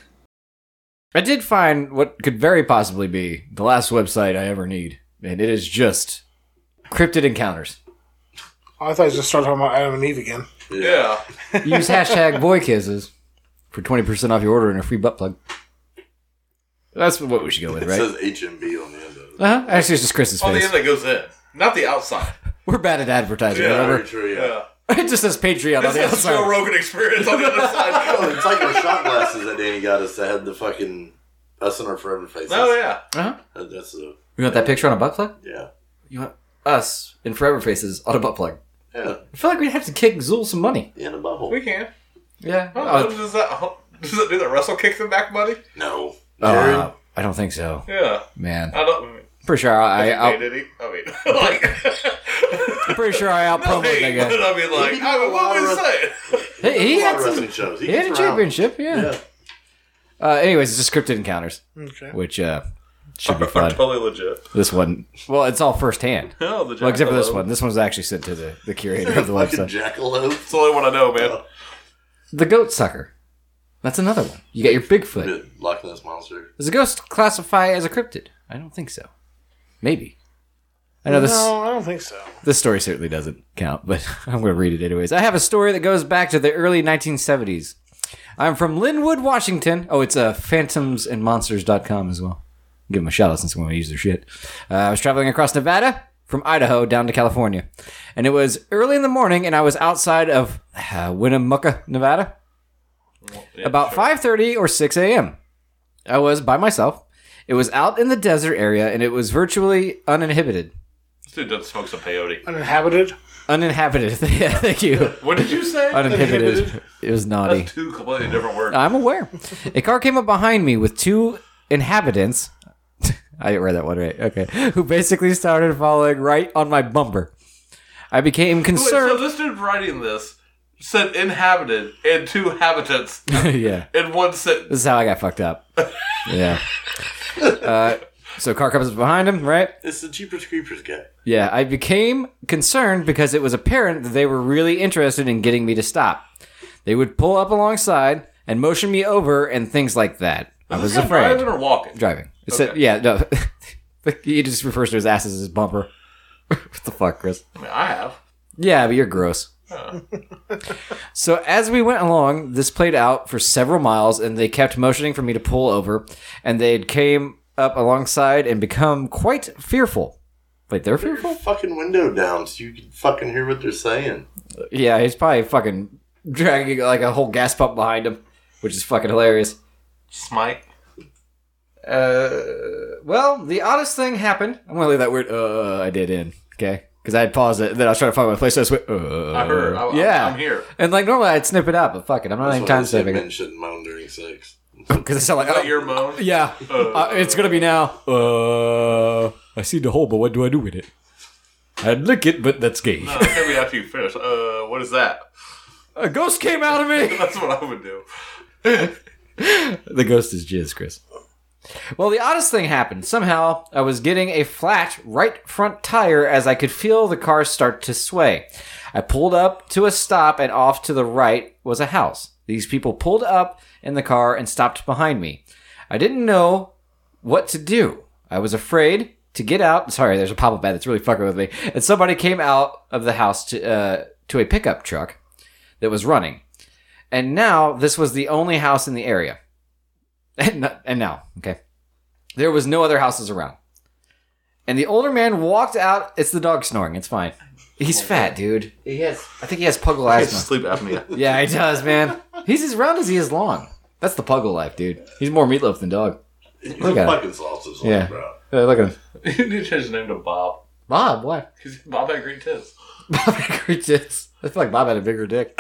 S1: I did find what could very possibly be the last website I ever need, and it is just cryptid encounters.
S5: I thought I just started talking about Adam and Eve again.
S2: Yeah.
S1: Use hashtag boy kisses for twenty percent off your order and a free butt plug. That's what we should go with,
S4: It
S1: right?
S4: says HMB on the end of it.
S1: Uh-huh. Actually, it's just Chris's
S2: On the
S1: face.
S2: end that goes in, not the outside.
S1: We're bad at advertising.
S2: Yeah,
S1: remember?
S4: Very true. Yeah.
S2: Yeah.
S1: It just says Patreon on the
S2: This is Joe
S1: outside.
S2: Rogan experience on the other side.
S4: Oh, it's like the shot glasses that Danny got us that had the fucking us in our forever faces.
S2: Oh yeah.
S1: Uh-huh.
S4: That- That's the
S1: You want that picture on a butt plug?
S4: yeah.
S1: You want us in Forever Faces on a butt plug?
S4: Yeah.
S1: I feel like we'd have to kick Zool some money. Uh,
S4: In a bubble.
S2: We can.
S1: Yeah.
S2: Oh, does that does that do the wrestle kick them back money?
S4: No. Jared,
S1: uh, I don't think so,
S2: Yeah.
S1: man.
S2: I don't.
S1: Pretty sure I, I,
S2: Hey,
S1: will
S2: did he? Uh, Oh, I mean, like.
S1: I'm pretty sure I out
S2: No,
S1: promoted
S2: hey,
S1: that
S2: but I mean, like, I mean, what was saying?
S1: guy. He, he
S4: a lot
S1: had
S4: of
S1: some.
S4: wrestling shows. He
S1: He had a
S4: gets around.
S1: championship. Yeah.
S4: Yeah.
S1: Uh, anyways, it's just scripted encounters,
S5: Okay.
S1: which uh, should be
S2: Are
S1: fun.
S2: totally legit.
S1: This one, well, it's all firsthand.
S2: Oh, the
S1: Well, except for this
S2: jackalope.
S1: one. This one's actually sent to the, the curator of the
S4: Fucking
S1: website.
S4: jackalope.
S2: It's the only one I know, man.
S1: The goat sucker. That's another one. You got your Bigfoot.
S4: Dude, Loch Ness monster.
S1: Does a ghost classify as a cryptid? I don't think so. Maybe. I know this
S5: No, I don't think so.
S1: this story certainly doesn't count, but I'm going to read it anyways. I have a story that goes back to the early 1970s. I'm from Linwood, Washington. Oh, it's uh, phantomsandmonsters.com as well. Give them a shout out since I'm going to use their shit. Uh, I was traveling across Nevada from Idaho down to California, and it was early in the morning, and I was outside of uh, Winnemucca, Nevada, about 5:30 or 6 a.m. I was by myself. It was out in the desert area, and it was virtually uninhibited.
S2: This dude doesn't smoke some peyote.
S5: Uninhabited.
S1: Uninhabited. yeah, thank you.
S2: What did you say?
S1: Uninhibited. It was naughty.
S2: That's two completely different words.
S1: I'm aware. A car came up behind me with two inhabitants. I didn't read that one right. Okay. Who basically started following right on my bumper. I became
S2: Wait, so
S1: concerned.
S2: this dude writing this said inhabited and two habitants
S1: yeah.
S2: in one sentence.
S1: This is how I got fucked up. Yeah. Uh, so car comes up behind him, right?
S4: It's the Jeepers Creepers guy.
S1: Yeah, I became concerned because it was apparent that they were really interested in getting me to stop. They would pull up alongside and motion me over and things like that. I was
S2: This guy
S1: afraid.
S2: Driving or walking?
S1: driving. It said, yeah, no. he just refers to his ass as his bumper. what the fuck, Chris?
S2: I mean, I have.
S1: Yeah, but you're gross. so as we went along, this played out for several miles, and they kept motioning for me to pull over, and they came up alongside and become quite fearful. Wait, they're
S4: Put your
S1: fearful?
S4: fucking window down so you can fucking hear what they're saying.
S1: Yeah, he's probably fucking dragging like a whole gas pump behind him, which is fucking hilarious.
S2: Smite.
S1: Uh, well, the oddest thing happened. I'm gonna leave that weird uh I did in, okay? Because I had paused it, then I was trying to find my place. So I just went, uh,
S2: I heard. I,
S1: yeah,
S2: yeah. I'm here.
S1: And like normally I'd snip it out, but fuck it, I'm not
S4: That's
S1: even
S4: why
S1: time
S4: they say
S1: saving
S4: men
S1: it
S4: shouldn't moan during sex.
S1: because it's not like
S2: Is
S1: oh,
S2: that your moan?
S1: yeah, uh, it's gonna be now. Uh, I see the hole, but what do I do with it? I'd lick it, but that's gay.
S2: No, it's gonna be Uh, after you finish. Uh, what is that?
S1: A ghost came out of me.
S2: That's what I would do.
S1: the ghost is jizz, Chris. Well, the oddest thing happened. Somehow, I was getting a flat right front tire as I could feel the car start to sway. I pulled up to a stop, and off to the right was a house. These people pulled up in the car and stopped behind me. I didn't know what to do. I was afraid to get out. Sorry, there's a pop up ad that's really fucking with me. And somebody came out of the house to uh, to a pickup truck that was running. And now this was the only house in the area. And, no- and now, okay. There was no other houses around. And the older man walked out. It's the dog snoring. It's fine. He's fat, dude. Oh, He has. I think he has puggle
S2: It's
S1: asthma.
S2: sleep apnea.
S1: Yeah, he does, man. He's as round as he is long. That's the puggle life, dude. He's more meatloaf than dog.
S4: He's
S1: Look
S4: a
S1: at it.
S4: fucking sausage, like,
S1: Yeah.
S4: bro.
S1: Uh, look at him.
S2: you need to change his name to Bob.
S1: Bob, what?
S2: Because Bob had green tits.
S1: Bob had great tits. I feel like Bob had a bigger dick.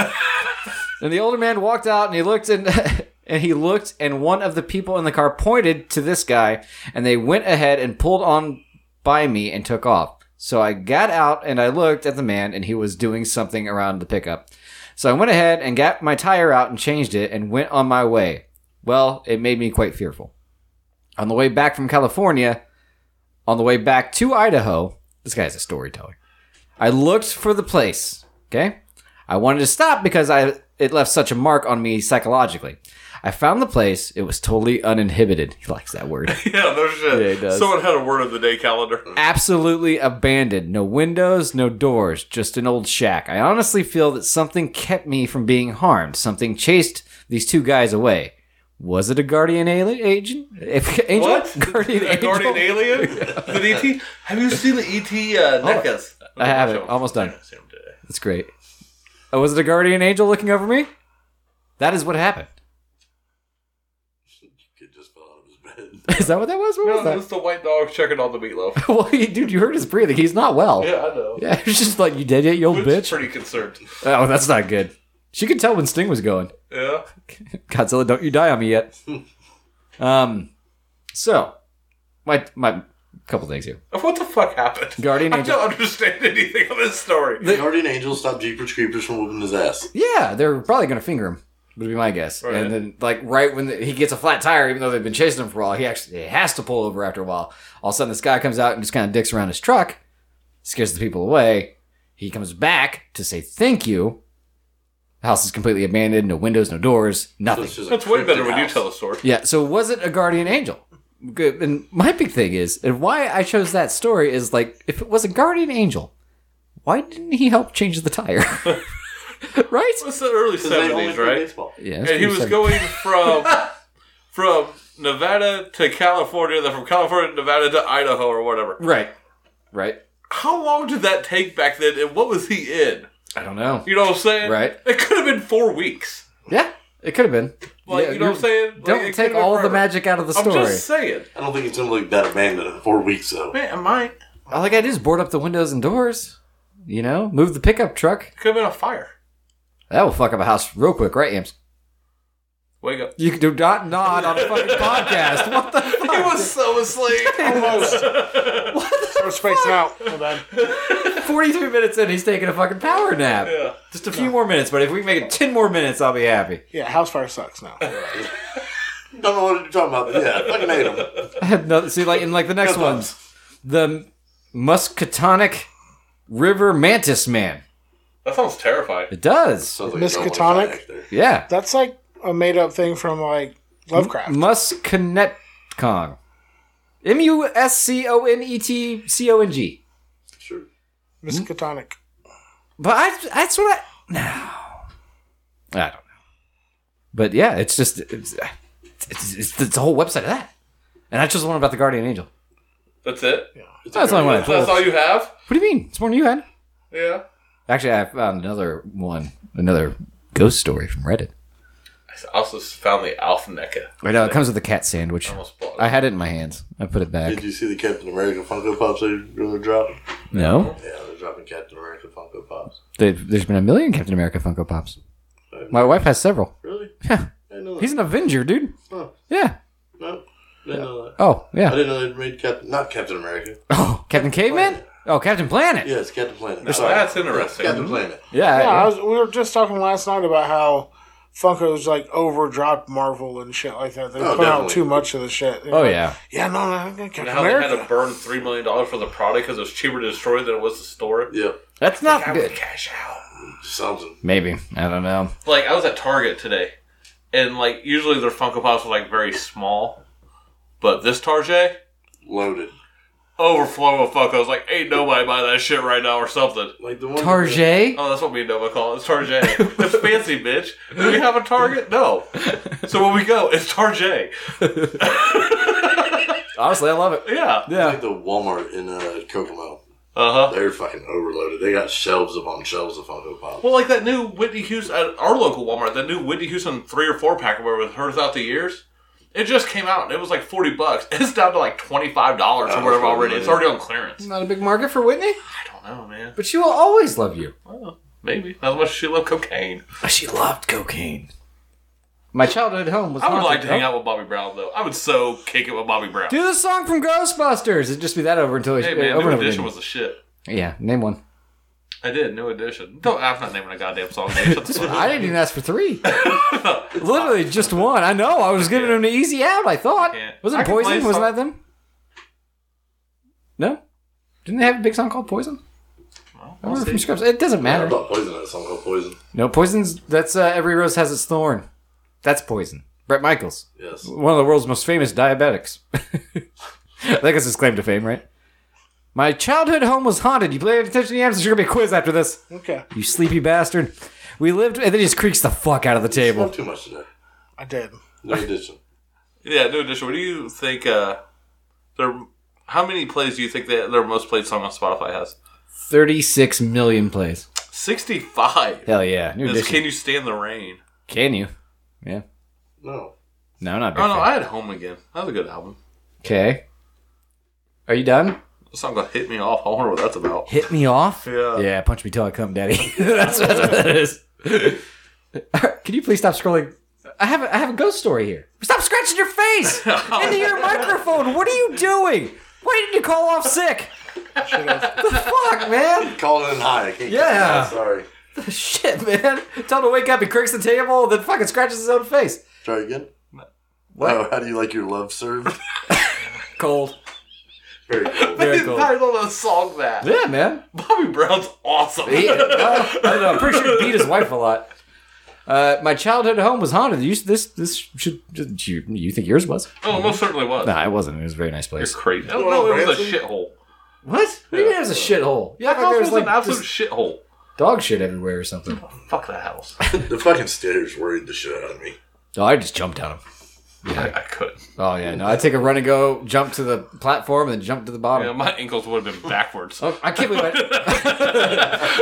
S1: and the older man walked out and he looked and and he looked and one of the people in the car pointed to this guy and they went ahead and pulled on by me and took off. So I got out and I looked at the man and he was doing something around the pickup. So I went ahead and got my tire out and changed it and went on my way. Well, it made me quite fearful. On the way back from California, on the way back to Idaho, this guy's a storyteller. I looked for the place. Okay, I wanted to stop because I it left such a mark on me psychologically. I found the place. It was totally uninhibited. He likes that word.
S2: Yeah, no shit.
S1: Yeah, he does.
S2: Someone had a word of the day calendar.
S1: Absolutely abandoned. No windows, no doors, just an old shack. I honestly feel that something kept me from being harmed. Something chased these two guys away. Was it a guardian alien agent? If, angel? Guardian
S2: a
S1: angel?
S2: guardian alien? The ET? Have you seen the ET uh, NECAs?
S1: I have it. Almost done.
S2: I seen 'em today.
S1: That's great. Oh, was it a guardian angel looking over me? That is what happened.
S4: Kid just fell out of his bed.
S1: Is that what that was? What was
S2: No,
S1: that?
S2: it's the white dog checking on the meatloaf.
S1: well, he, dude, you heard his breathing. He's not well.
S2: Yeah, I know.
S1: Yeah, it's just like you did it, you old
S2: Which
S1: bitch.
S2: is pretty concerned.
S1: oh, that's not good. She could tell when Sting was going.
S2: Yeah.
S1: Godzilla, don't you die on me yet. um, so my my couple things here.
S2: What the fuck happened?
S1: Guardian
S2: I
S1: angel.
S2: don't understand anything of this story.
S4: Guardian Angel stopped Jeepers Creepers from whooping his ass.
S1: Yeah, they're probably gonna finger him. Would be my guess.
S2: Right.
S1: And then like right when the, he gets a flat tire, even though they've been chasing him for a while, he actually he has to pull over after a while. All of a sudden, this guy comes out and just kind of dicks around his truck, scares the people away. He comes back to say thank you. The house is completely abandoned. No windows, no doors, nothing.
S4: This is a
S2: That's way better
S4: cryptid
S2: when you
S4: house.
S2: tell the story.
S1: Yeah. So was it a guardian angel? Good. And my big thing is, and why I chose that story is like, if it was a guardian angel, why didn't he help change the tire? right?
S2: It's the early
S4: 'Cause they only
S2: seventies,
S4: play
S2: right?
S4: baseball.
S1: Yeah. that's
S2: And
S1: pretty
S2: he was
S1: sad.
S2: going from from Nevada to California, then from California to Nevada to Idaho or whatever.
S1: right. Right.
S2: How long did that take back then, and what was he in?
S1: I don't know.
S2: You know what I'm saying?
S1: Right.
S2: It could have been four weeks.
S1: Yeah, it could have been.
S2: Like
S1: Yeah,
S2: you know what
S1: you're-
S2: I'm saying? Like,
S1: Don't
S2: it could
S1: take
S2: have been
S1: all the
S2: forever.
S1: magic out of the story.
S2: I'm just saying.
S4: I don't think it's gonna look that abandoned in four weeks though.
S2: Man, it might
S1: all I gotta do is board up the windows and doors. You know, move the pickup truck.
S2: could have been a fire.
S1: That will fuck up a house real quick, right, Amps?
S2: Wake up.
S1: You do not nod on a fucking podcast. What the fuck?
S2: He was so asleep.
S5: Almost. I was spacing out. Hold on.
S1: 43 minutes in, he's taking a fucking power nap.
S2: Yeah.
S1: Just a few more minutes, but if we can make it 10 more minutes, I'll be happy.
S5: Yeah, house fire sucks now.
S4: Don't know what you're talking about. But yeah, I fucking hate him.
S1: I had nothing. See, like in like the next ones, the Muscatonic River Mantis Man.
S2: That sounds terrifying.
S1: It does.
S4: Sounds like
S5: Miss
S4: a normal
S5: Katonic?
S4: guy actor.
S1: Yeah.
S5: That's like a made up thing from like Lovecraft.
S1: Musconetcon. M U S C O N E T C O N G.
S4: Sure.
S5: Miskatonic.
S1: But I, that's what I. No. I don't know. But yeah, it's just. It's, it's, it's, it's the whole website of that. And I chose the one about the Guardian Angel.
S2: That's it.
S1: That's the only one I
S2: That's
S1: pulled.
S2: all you have.
S1: What do you mean? It's more than you had.
S2: Yeah.
S1: Actually, I found another one, another ghost story from Reddit.
S2: I also found the Alpha Mecha.
S1: I know it comes with a cat sandwich.
S2: Almost bought it.
S1: I had it in my hands. I put it back.
S4: Did you see the Captain America Funko Pops they really dropped?
S1: No,
S4: Yeah, they're dropping Captain America Funko Pops.
S1: There- there's been a million Captain America Funko Pops. My wife has several.
S4: Really?
S1: Yeah,
S4: I didn't know that.
S1: he's an Avenger, dude.
S4: Oh,
S1: Yeah.
S4: no, didn't know that.
S1: Oh,
S4: I
S1: yeah.
S4: didn't know they made Captain, not Captain America.
S1: Oh, Captain Caveman. Oh, Captain Planet.
S4: Yeah, it's Captain Planet.
S2: Now
S4: Sorry.
S2: that's interesting.
S4: Captain Planet.
S1: Yeah.
S5: Yeah,
S1: yeah.
S5: I was, we were just talking last night about how Funko's like overdropped Marvel and shit like that. They
S4: Oh,
S5: put out
S4: definitely.
S5: too much of the shit.
S1: Oh yeah.
S5: Yeah, no, no, I'm gonna
S2: And
S5: Captain
S2: how they had to
S5: America.
S2: burn three million dollars for the product because it was cheaper to destroy than it was to store it.
S4: Yeah,
S1: That's not
S2: I would
S1: good.
S2: cash out.
S4: something.
S1: Maybe I don't know.
S2: Like I was at Target today, and like usually their Funko Pops are like very small, but this Target
S4: Loaded.
S2: overflow of Funkos. Like ain't nobody buy that shit right now or something.
S4: Like the one.
S1: Target.
S2: Oh, that's what me and Nova call it. It's Target. it's fancy, bitch. Do we have a Target? No. So when we go, it's Target.
S1: Honestly, I love it.
S2: Yeah.
S1: Yeah.
S4: Like the Walmart in uh, Kokomo.
S2: Uh huh.
S4: They're fucking overloaded. They got shelves upon shelves of Funko Pops.
S2: Well, like that new Whitney Houston at our local Walmart, that new Whitney Houston three or four pack where with her throughout the years, it just came out and it was like forty bucks. It's down to like twenty five dollars or
S4: Oh,
S2: whatever already. It's
S4: yeah.
S2: already on clearance.
S1: Not a big market for Whitney,
S2: I don't know, man.
S1: but she will always love you.
S2: Well, maybe not as much as she loved cocaine.
S1: She loved cocaine. My childhood home was.
S2: I would
S1: haunted,
S2: like to hang
S1: though.
S2: out with Bobby Brown though. I would so kick it with Bobby Brown.
S1: Do the song from Ghostbusters. It'd just be that over until
S2: hey man,
S1: over
S2: New
S1: and over
S2: Edition
S1: again.
S2: was the shit.
S1: Yeah, name one.
S2: I did New Edition. Don't, I'm not naming a goddamn song. Man. Shut the fuck
S1: I
S2: up.
S1: didn't even ask for three. Literally just one. I know. I was giving them an easy out. I thought.
S2: Yeah.
S1: Wasn't
S2: I
S1: it
S2: can play
S1: Poison? Wasn't
S2: some-
S1: that them? No. Didn't they have a big song called Poison?
S2: Well,
S1: I
S2: we'll
S1: remember
S2: see.
S1: from Scrubs. It doesn't
S4: I
S1: matter.
S4: thought Poison had something called Poison.
S1: No, Poison's that's uh, every rose has its thorn. That's Poison. Brett Michaels,
S4: Yes.
S1: one of the world's most famous diabetics. I think it's his claim to fame, right? My childhood home was haunted. You pay attention to the answers. There's gonna be a quiz after this.
S5: Okay,
S1: You sleepy bastard. We lived, and then he just creaks the fuck out of the
S4: Not
S1: table.
S4: too much today.
S5: I did.
S4: No addition.
S2: Yeah, New Edition. What do you think? Uh, their how many plays do you think that their most played song on Spotify has?
S1: Thirty-six million plays.
S2: Sixty five.
S1: Hell yeah! New
S2: Is
S1: edition.
S2: Can You Stand the Rain?
S1: Can you? Yeah.
S4: No.
S1: No, not. a big
S2: Oh no,
S1: fan.
S2: I had Home Again. That was a good album.
S1: Okay. Are you done?
S2: The song called Hit Me Off. I wonder what that's about.
S1: Hit me off.
S2: Yeah.
S1: Yeah. Punch me till I come, daddy. that's, that's what that is. Can you please stop scrolling? I have a, I have a ghost story here. Stop scratching your face into your microphone. What are you doing? Why didn't you call off sick? the fuck, man!
S4: Call in high. I can't
S1: Yeah.
S4: I'm sorry.
S1: Shit, man! Tell him to wake up. He cracks the table, then fucking scratches his own face.
S4: Try again. Oh, how do you like your love served?
S1: Cold.
S4: Very cool.
S1: Very
S2: Dude,
S1: cold.
S2: I don't know a song that.
S1: Yeah, man.
S2: Bobby Brown's awesome.
S1: He, uh, I don't know. I'm pretty sure he beat his wife a lot. Uh, my childhood home was haunted. You, this this should you, you think yours was?
S2: oh, it most certainly was.
S1: Nah, it wasn't. It was a very nice
S2: You're
S1: place.
S2: crazy. No, no, it was a shithole.
S1: What? Maybe it was a shithole. Yeah,
S2: That house was an absolute
S1: just
S2: shithole.
S1: dog shit everywhere or something.
S2: Fuck that house.
S4: the fucking stairs worried the shit out of me.
S1: Oh, I just jumped on him.
S2: I, I couldn't.
S1: Oh yeah, no, I take a run and go, jump to the platform, and then jump to the
S2: You know,
S1: bottom.
S2: my ankles would have been backwards.
S1: Oh, I can't believe I. I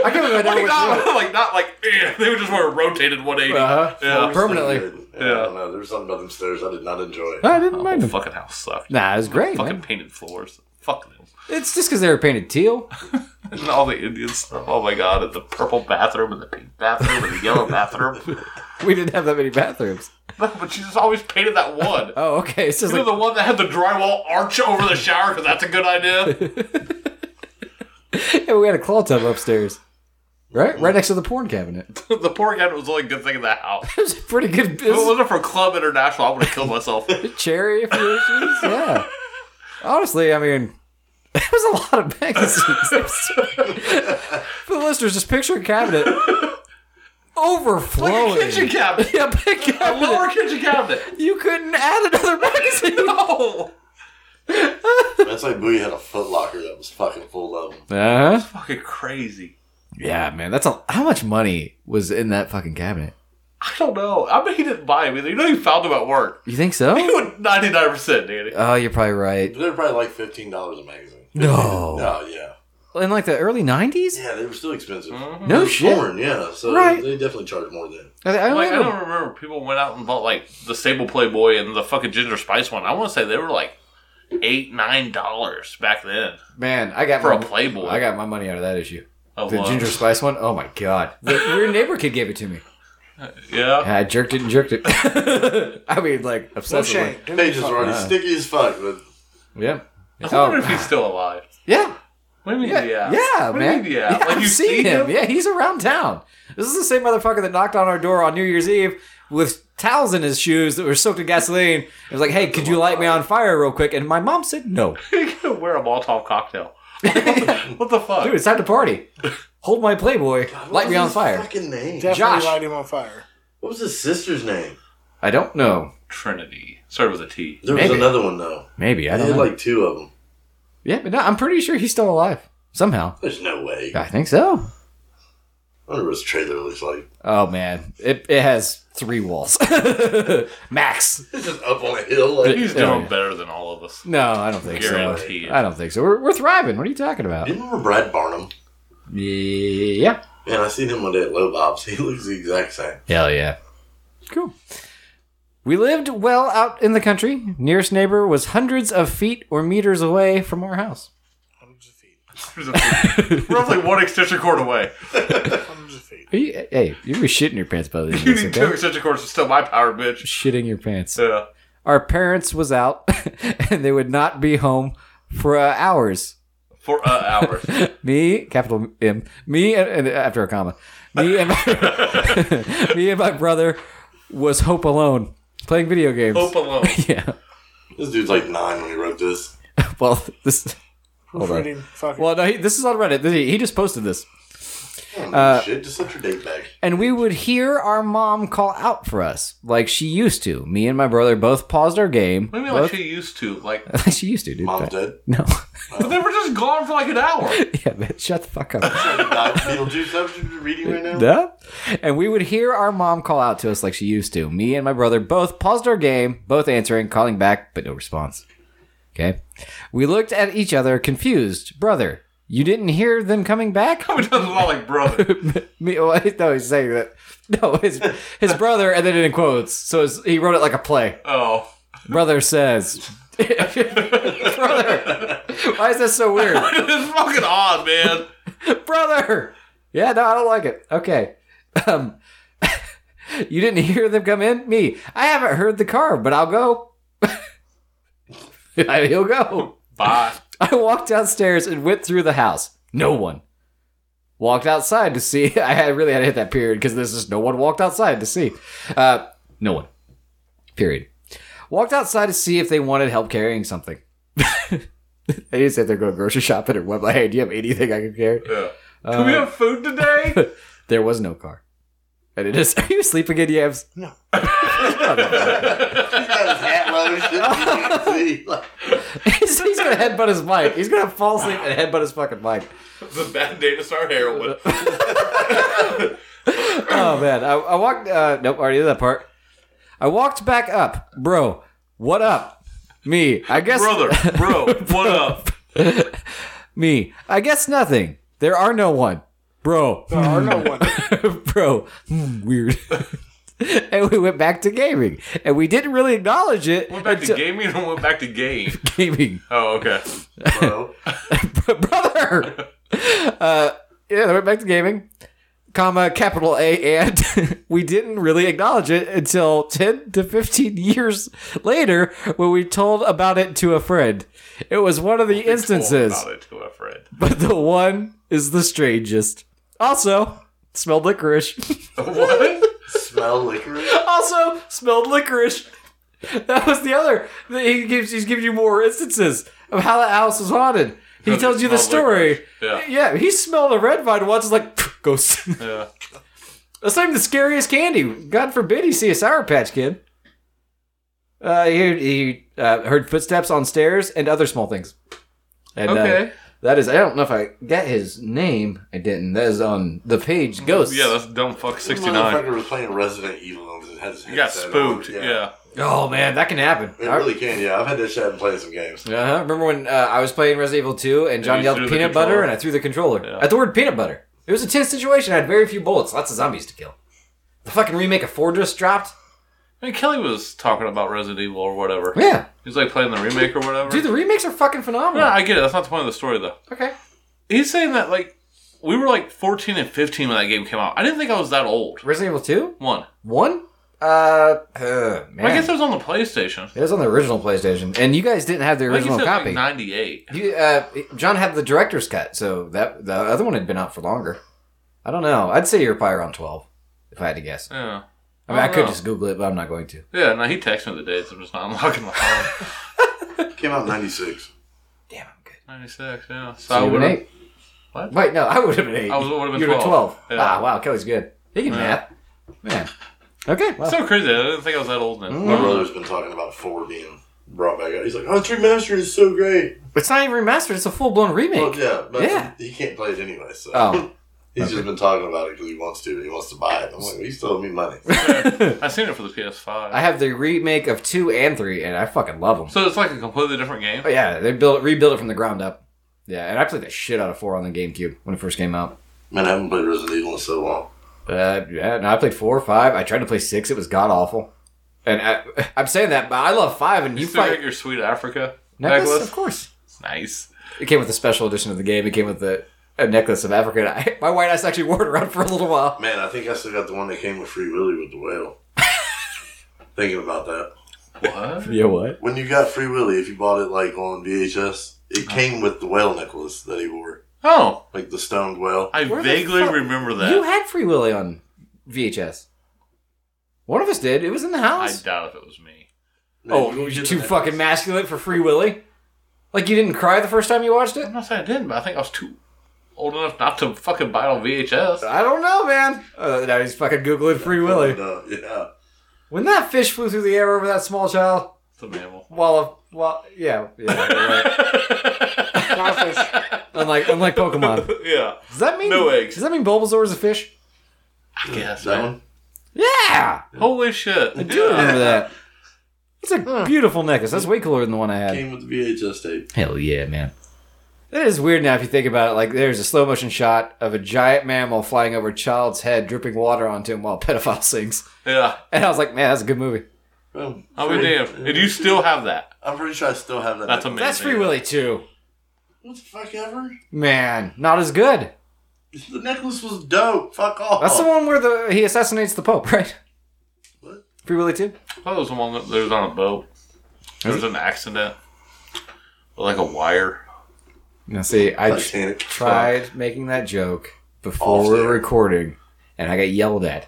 S1: can't believe I
S2: like,
S1: never went
S2: not, like not like eh, they would just want to rotate in 180.
S1: through. Uh-huh.
S2: Yeah.
S1: Permanently.
S4: Stairs. Yeah. I don't know. There was something about them stairs I did not enjoy.
S1: I didn't
S2: The
S1: mind
S2: whole
S1: them.
S2: fucking house sucked.
S1: Nah, it was great.
S2: Oh, fucking
S1: Man.
S2: painted floors. Fuck them.
S1: It's just because they were painted teal.
S2: And all the Indian stuff. Oh my god, and the purple bathroom and the pink bathroom and the yellow bathroom.
S1: We didn't have that many bathrooms.
S2: No, but she just always painted that one.
S1: Oh, okay. It's just
S2: You know
S1: like
S2: the one that had the drywall arch over the shower because that's a good idea.
S1: Yeah, we had a claw tub upstairs. Right? Right next to the porn cabinet.
S2: the poor guy was the only good thing in that house.
S1: It was a pretty good
S2: If it
S1: business.
S2: wasn't for Club International, I would have killed myself.
S1: Cherry for your shoes. Yeah. Honestly, I mean, it was a lot of magazines. For the listeners, just picture a cabinet overflowing.
S2: Like a kitchen cabinet.
S1: Yeah, big
S2: A lower
S1: cabinet.
S2: kitchen cabinet.
S1: You couldn't add another magazine.
S2: No.
S4: That's like Bowie had a Foot Locker that was fucking full of them.
S1: Uh-huh.
S2: Fucking crazy.
S1: Yeah, man. That's a, how much money was in that fucking cabinet?
S2: I don't know. I bet he didn't buy him either. You know, he found him at work.
S1: You think
S2: He
S1: so?
S2: would 99%, Danny.
S1: Oh, you're probably right.
S4: They're probably like fifteen dollars a magazine.
S1: No.
S4: No, yeah,
S1: In like the early '90s?
S4: yeah, they were still expensive.
S1: No shit.
S4: Porn, yeah. So
S1: Right.
S4: they definitely charge more than.
S1: I, I don't
S2: Like, I
S1: remember-
S2: don't remember. People went out and bought, like, the Stable Playboy and the fucking Ginger Spice one. I want to say they were, like, 8 $9 back then.
S1: Man, I got
S2: For
S1: my,
S2: a Playboy.
S1: I got my money out of that issue.
S2: Oh,
S1: The
S2: wow.
S1: ginger spice one. Oh my god! The weird neighbor kid gave it to me.
S2: Yeah.
S1: I jerked it and jerked it. I mean, like
S5: No
S1: obsessively.
S5: shame. Didn't
S4: Pages
S5: fuck
S4: are already
S5: that.
S4: sticky as fuck. But
S1: Yeah.
S2: I wonder if
S1: Oh,
S2: he's still alive.
S1: yeah.
S2: What do you mean,
S1: Yeah,
S2: yeah?
S1: yeah,
S2: What do you
S1: man.
S2: mean, yeah? Like,
S1: I've
S2: you
S1: seen
S2: see him?
S1: Yeah, he's around town. This is the same motherfucker that knocked on our door on New Year's Eve with towels in his shoes that were soaked in gasoline. It was like, "Hey, could you light me on fire real quick?" And my mom said, "No,
S2: You could wear a Molotov cocktail. what the fuck?
S1: dude, it's time to party. Hold my Playboy, light
S4: What
S1: me
S4: was
S1: on
S4: his
S1: fire."
S4: Fucking name.
S5: Definitely
S1: Josh.
S5: light him on fire.
S4: What was his sister's name?
S1: I don't know.
S2: Trinity. Started with a T.
S4: There was
S1: Maybe. Uh-huh.
S4: another one though.
S1: Maybe I
S4: They
S1: don't
S4: had
S1: know.
S4: like two of them.
S1: yeah, but no, I'm pretty sure he's still alive somehow.
S4: There's no way. I
S1: I think so.
S4: wonder what his trailer looks like.
S1: Oh man, it it has three walls, max.
S4: It's just up on a hill. Like,
S2: He's
S1: oh, Yeah.
S2: doing better than all of us.
S1: No, I don't think
S2: Guaranteed.
S1: so. I don't think so. We're, we're thriving. What are you talking about?
S4: you remember Brad Barnum?
S1: Yeah.
S4: Man, I seen him one day at Lobob's. He looks the exact same.
S1: Hell yeah. Cool. We lived well out in the country. Nearest neighbor was hundreds of feet or meters away from our house.
S5: Hundreds of feet.
S2: He's a- Roughly one extension cord away.
S5: Hundreds of feet.
S1: Are you, hey, you were shitting your pants by the end of
S2: You
S1: this,
S2: need two
S1: okay?
S2: extension cords to steal my power, bitch. Uh,
S1: Shitting your pants.
S2: Yeah.
S1: Our parents was out, and they would not be home for uh, hours.
S2: For uh, hours.
S1: me capital M me and, and after a comma me and my, me and my brother was hope alone playing video games.
S2: Hope alone.
S1: Yeah.
S4: This dude's like nine when he wrote this.
S1: Well, this hold on.
S5: Proofreading. Fuck it.
S1: Well, no, he, this is on Reddit. He, he just posted this,
S4: Oh,
S1: Uh,
S4: shit, just let your date back.
S1: and we would hear our mom call out for us like she used to. Me and my brother both paused our game.
S2: What do you mean, like she used to? Like,
S1: both- she used to, dude.
S4: Mom's dead.
S1: No.
S2: but they were just gone for like an hour.
S1: yeah, man, shut the fuck up.
S4: Died from Beetlejuice. Is that what you're reading right now?
S1: Yeah. And we would hear our mom call out to us like she used to. Me and my brother both paused our game, both answering, calling back, but no response. Okay. We looked at each other, confused. Brother, you didn't hear them coming back?
S2: I mean, that's a lot like brother.
S1: Me, well, no, he's saying that. No, his his brother, and then in quotes. So it's, he wrote it like a play.
S2: Oh.
S1: Brother says. brother, why is that so weird?
S2: it's fucking odd, man.
S1: brother. Yeah, no, I don't like it. Okay. Um, you didn't hear them come in? Me. I haven't heard the car, but I'll go. I- He'll go.
S2: Bye.
S1: I walked downstairs and went through the house. No one. Walked outside to see. I had really had to hit that period because there's just no one walked outside to see. Uh, no one. Period. Walked outside to see if they wanted help carrying something. they didn't say they're going grocery shopping or what. Like, hey, do you have anything I can carry?
S2: Yeah. Do we have food
S1: Uh,
S2: today?
S1: There was no car. And it is. Are you sleeping in yams?
S5: no.
S4: He's got his hat low. Shit, you can't see. Like,
S1: he's, he's gonna headbutt his mic. He's gonna fall asleep and headbutt his fucking mic.
S2: it's a bad day to start heroin.
S1: Oh man, I, I walked. Uh, nope, already did that part. I walked back up, bro. What up? Me. I guess
S2: Brother, bro, what up?
S1: me. I guess nothing. There are no one, bro.
S5: There are no one.
S1: bro. hmm, weird. and we went back to gaming, and we didn't really acknowledge it.
S2: Went back to
S1: until-
S2: gaming and went back to game.
S1: gaming.
S2: Oh, okay.
S4: bro.
S1: brother. Uh, yeah, they went back to gaming, comma capital A, and we didn't really acknowledge it until ten to fifteen years later when we told about it to a friend. It was one of the instances,
S2: Told about it to a friend.
S1: but the one is the strangest. Also, smelled licorice.
S2: What?
S4: Smell licorice.
S1: also, smelled licorice. That was the other. He gives. He's giving you more instances of how the house was haunted. He
S2: Because it
S1: tells you the
S2: smelled
S1: story.
S2: licorice. Yeah.
S1: Yeah, he smelled a red vine once. It's like "Pff, ghost.
S2: Yeah.
S1: That's not even the scariest candy. God forbid he see a sour patch kid. Uh, he he uh, heard footsteps on stairs and other small things. And, uh,
S2: Okay.
S1: That is, I don't know if I got his name. I didn't. That is on the page Ghosts.
S2: Yeah, that's dumb fuck sixty nine.
S4: Motherfucker was playing Resident Evil and had his
S2: You got
S4: headset on.
S2: spooked. Yeah.
S1: oh man, that can happen.
S4: It really can, yeah. I've had that shit and played some games.
S1: Uh-huh. Remember when uh, I was playing Resident Evil 2 and John
S2: you
S1: yelled
S2: threw the
S1: peanut butter
S2: controller.
S1: and I threw the controller
S2: Yeah.
S1: at the word peanut butter? It was a tense situation. I had very few bullets, lots of zombies to kill. The fucking remake of 4 just dropped.
S2: I mean, Kelly was talking about Resident Evil or whatever.
S1: Yeah.
S2: He's like playing the remake or whatever.
S1: Dude, the remakes are fucking
S2: yeah,
S1: phenomenal.
S2: I get it. That's not the point of the story though.
S1: Okay.
S2: He's saying that like we were like fourteen and fifteen when that game came out. I didn't think I was that old.
S1: Resident Evil 2?
S2: One.
S1: 1? Uh, uh, man.
S2: I guess it was on the PlayStation.
S1: it was on the original PlayStation. And you guys didn't have the
S2: I think you
S1: original
S2: said
S1: copy.
S2: like ninety eight.
S1: You, uh, John had the director's cut, so that the other one had been out for longer. I don't know. I'd say you're probably around 12, if I had to guess.
S2: Yeah.
S1: I mean, I,
S2: don't
S1: could
S2: know.
S1: just Google it, but I'm not going to.
S2: Yeah, no, he texted me the dates. I'm just not unlocking my phone.
S4: Came out in 96.
S1: Damn, I'm good.
S2: 96, yeah. So,
S1: So
S2: I
S1: you were
S2: would
S1: an eight.
S2: What?
S1: Wait, no, I would have been eight.
S2: I was- would've been
S1: You'd have
S2: 12. Yeah.
S1: Ah, wow, Kelly's good. He can math. Man. Okay. Well,
S2: So crazy. I didn't think I was that old then.
S1: Mm.
S4: My brother's been talking about 4 being brought back out. He's like, oh, it's remastered. It's so great.
S1: it's not even remastered. It's a full blown remake.
S4: Well, yeah, but
S1: Yeah.
S4: he can't play it anyway, so.
S1: Oh.
S4: He's just been talking about it because he wants to. He wants to buy it. I'm like, he's still me money.
S2: I seen it for the PS5.
S1: I have the remake of two and three, and I fucking love them.
S2: so it's like a completely different game.
S1: But yeah, they built rebuilt it from the ground up. Yeah, and I played the shit out of four on the GameCube when it first came out.
S4: Man, I haven't played Resident Evil in so long.
S1: Uh, yeah, and I played four or five. I tried to play six. It was god awful. And I, I'm saying that, but I love five, and
S2: You
S1: you
S2: still got
S1: fight
S2: your sweet Africa
S1: necklace,
S2: necklace?
S1: of course.
S2: Nice.
S1: It came with a special edition of the game. It came with a, a necklace of Africa. And I, my white ass actually wore it around for a little while.
S4: Man, I think I still got the one that came with Free Willy with the whale. Thinking about that.
S2: What?
S1: Yeah, what?
S4: When you got Free Willy, if you bought it like on VHS, it
S1: Uh-huh.
S4: came with the whale necklace that he wore,
S2: Oh,
S4: like the stoned whale.
S2: I
S1: Where the
S2: vaguely
S1: fuck-
S2: remember that.
S1: You had Free Willy on VHS. One of us did. It was in the
S2: I
S1: house.
S2: doubt if it was me.
S1: oh,
S4: Man, you
S1: you're
S4: get
S1: too
S4: the-
S1: fucking masculine for Free Willy. Like you didn't cry the first time you watched it.
S2: I'm not saying I didn't, but I think I was too old enough not to fucking buy it on VHS.
S1: I don't know, man. Uh, now he's fucking googling Free Willy.
S4: Uh, yeah.
S1: When that fish flew through the air over that small child,
S2: It's a mammal.
S1: wall of well, yeah, yeah. you're right.
S5: Not a fish.
S1: unlike unlike Pokemon.
S2: yeah.
S1: Does that mean
S2: No eggs.
S1: Does that mean Bulbasaur is a fish?
S2: I guess,
S4: That
S2: man.
S4: one?
S1: Yeah.
S2: Holy shit.
S1: I do remember that. It's a beautiful necklace. That's way cooler than the one I had.
S4: Came with the VHS tape.
S1: Hell yeah, man. It is weird now if you think about it. Like, there's a slow motion shot of a giant mammal flying over a child's head, dripping water onto him while a pedophile sings.
S2: Yeah.
S1: And I was like, man, that's a good movie.
S4: Well,
S2: I'll be damned. And you still have that.
S4: I'm pretty sure I still have that.
S2: That's
S4: necklace.
S2: amazing.
S1: That's Free Willy too.
S4: What the fuck ever?
S1: Man, not as good.
S4: The necklace was dope. Fuck off.
S1: That's the one where the he assassinates the Pope, right?
S4: What?
S1: Free Willy too.
S2: I thought it was the one that there was on a boat. There was an accident. Like a wire.
S1: Now, see, I
S4: Titanic.
S1: tried making that joke before
S4: Off
S1: we
S4: the
S1: were
S4: air.
S1: recording, and I got yelled at.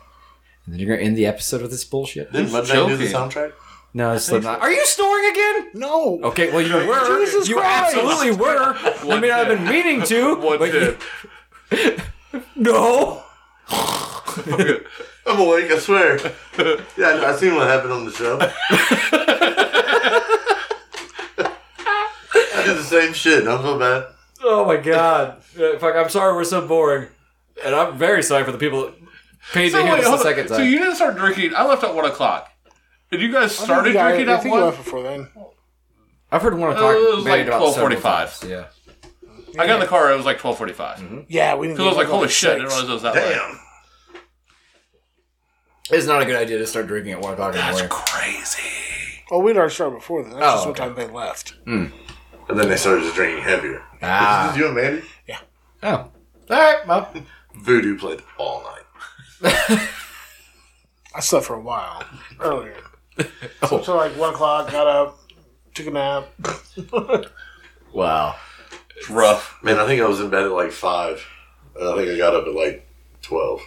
S1: And then you're gonna end the episode with this bullshit.
S4: Didn't
S2: Who's
S4: Mudbang do the
S2: joking?
S4: soundtrack?
S1: No, it's Slipknot. Are you snoring again?
S5: No.
S1: Okay, well you were.
S5: Jesus
S1: you
S5: Christ!
S1: absolutely were. I
S2: What
S1: mean, I've
S2: did?
S1: been meaning to.
S2: What
S1: but
S2: did?
S1: you- No.
S4: I'm awake, I swear. yeah, I seen what happened on the show. I did the same shit. Don't feel bad.
S1: Oh my god. Uh, Fuck. I'm sorry. We're so boring, and I'm very sorry for the people that paid to
S2: So,
S1: hear
S2: wait,
S1: this the
S2: hold on.
S1: second time.
S2: So you didn't start drinking. I left at 1 o'clock. And you guys
S5: I think
S2: started
S5: you got-
S2: drinking
S5: I
S2: at
S5: think you
S2: 1?
S5: left before then.
S1: I've heard one o'clock.
S2: Uh, it was
S1: banged
S2: like
S1: about several
S2: 12:45.
S1: times, Yeah.
S2: I got in the car. It was like 1245. Because
S5: Yeah, we didn't.
S2: I was
S5: get
S2: like,
S5: home
S2: holy
S5: till
S2: shit. I didn't
S5: six.
S2: realize it was that late.
S4: Damn.
S1: It's not a good idea to start drinking at one o'clock in the
S2: That's
S1: morning.
S2: crazy.
S5: Oh, we'd already started before then. That's
S1: Oh,
S5: just what
S1: okay.
S5: time they left.
S4: And then they started just drinking heavier.
S1: Ah.
S4: This is you and Mandy?
S1: Oh. All right. Well.
S4: Voodoo played all night.
S5: I slept for a while earlier. So till like one o'clock, got up, took a nap.
S1: Wow.
S2: It's rough.
S4: Man, I think I was in bed at like 5. And I think I got up at like 12.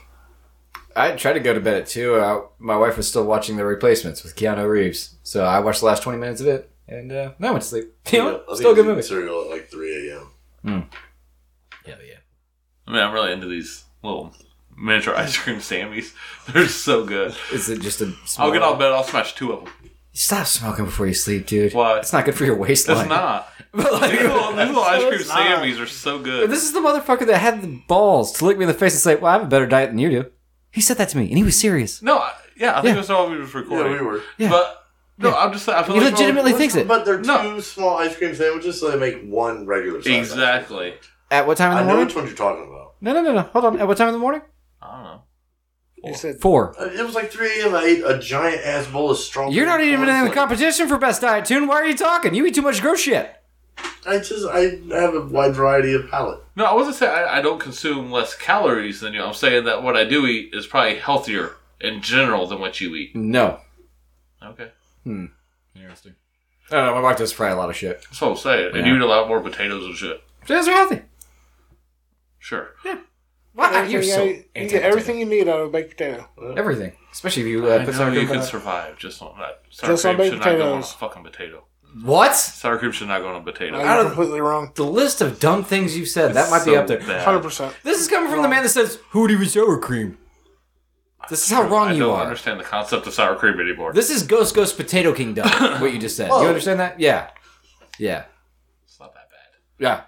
S1: I tried to go to bed at two. I, my wife was still watching The Replacements with Keanu Reeves, so I watched the last twenty minutes of it, and uh, then I went to sleep. You know,
S4: Yeah, I think
S1: still a
S4: I was
S1: good
S4: eating
S1: movie.
S4: Cereal at like 3 a.m.
S1: Hell yeah.
S2: I mean, I'm really into these little miniature ice cream sammies. They're so good.
S1: Is it just a?
S2: I'll
S1: Small,
S2: get out of bed. I'll smash two of them.
S1: Stop smoking before you sleep, dude.
S2: Why?
S1: It's not good for your waistline.
S2: It's not.
S1: But like,
S2: These little, these little ice cream
S5: It's not.
S2: sammies are so good.
S1: this is the motherfucker that had the balls to look me in the face and say, "Well, I have a better diet than you do." He said that to me, and he was serious.
S2: No, I- yeah, I think
S1: Yeah.
S2: that's all we was recording.
S4: Yeah, we were.
S1: Yeah.
S2: But no, I'm just saying. I feel
S1: He
S2: like
S1: legitimately thinks it.
S4: But they're
S2: No.
S4: two small ice cream sandwiches, so they make one regular size.
S2: exactly.
S1: At what time in
S4: I
S1: the
S4: know
S1: morning?
S4: which one you're talking about.
S1: No, no, no, no. Hold on. At what time in the morning?
S2: I don't know.
S5: You said
S1: Four.
S4: Uh, It was like 3 a.m. I ate a giant ass bowl of strong.
S1: You're not even in the competition for best diet tune. Why are you talking? You eat too much gross shit.
S4: I just I have a wide variety of palate.
S2: No, I wasn't saying I, I don't consume less calories than you. I'm saying that what I do eat is probably healthier in general than what you eat.
S1: No.
S2: Okay.
S1: Interesting. I don't know. My wife does fry a lot of shit.
S2: That's what I'm saying. And
S1: Yeah.
S2: you eat a lot more potatoes and shit.
S1: She does are healthy.
S2: Sure.
S1: Wow,
S5: everything,
S1: you're so
S5: you, you
S1: anti-potato.
S5: get everything you need out of a baked potato.
S1: Everything, especially if you
S2: I
S1: uh, put
S2: know
S1: sour
S2: you
S1: cream.
S2: can
S1: on it.
S2: survive just on that. Sour
S5: Just on
S2: cream
S5: baked
S2: should not go on a
S5: potatoes.
S2: fucking potato.
S1: What?
S2: Sour cream should not go on a potato.
S5: You're completely wrong.
S1: The list of dumb things you've said that might be
S2: So
S1: up there.
S2: bad.
S5: Hundred percent.
S1: This is coming from the man that says, "Who do you eat sour cream?" This is how
S2: I
S1: wrong you
S2: don't
S1: are.
S2: understand the concept of sour cream anymore.
S1: This is Ghost Ghost Potato King dumb. what you just said. You understand that? Yeah, yeah,
S2: it's not that bad.
S1: yeah.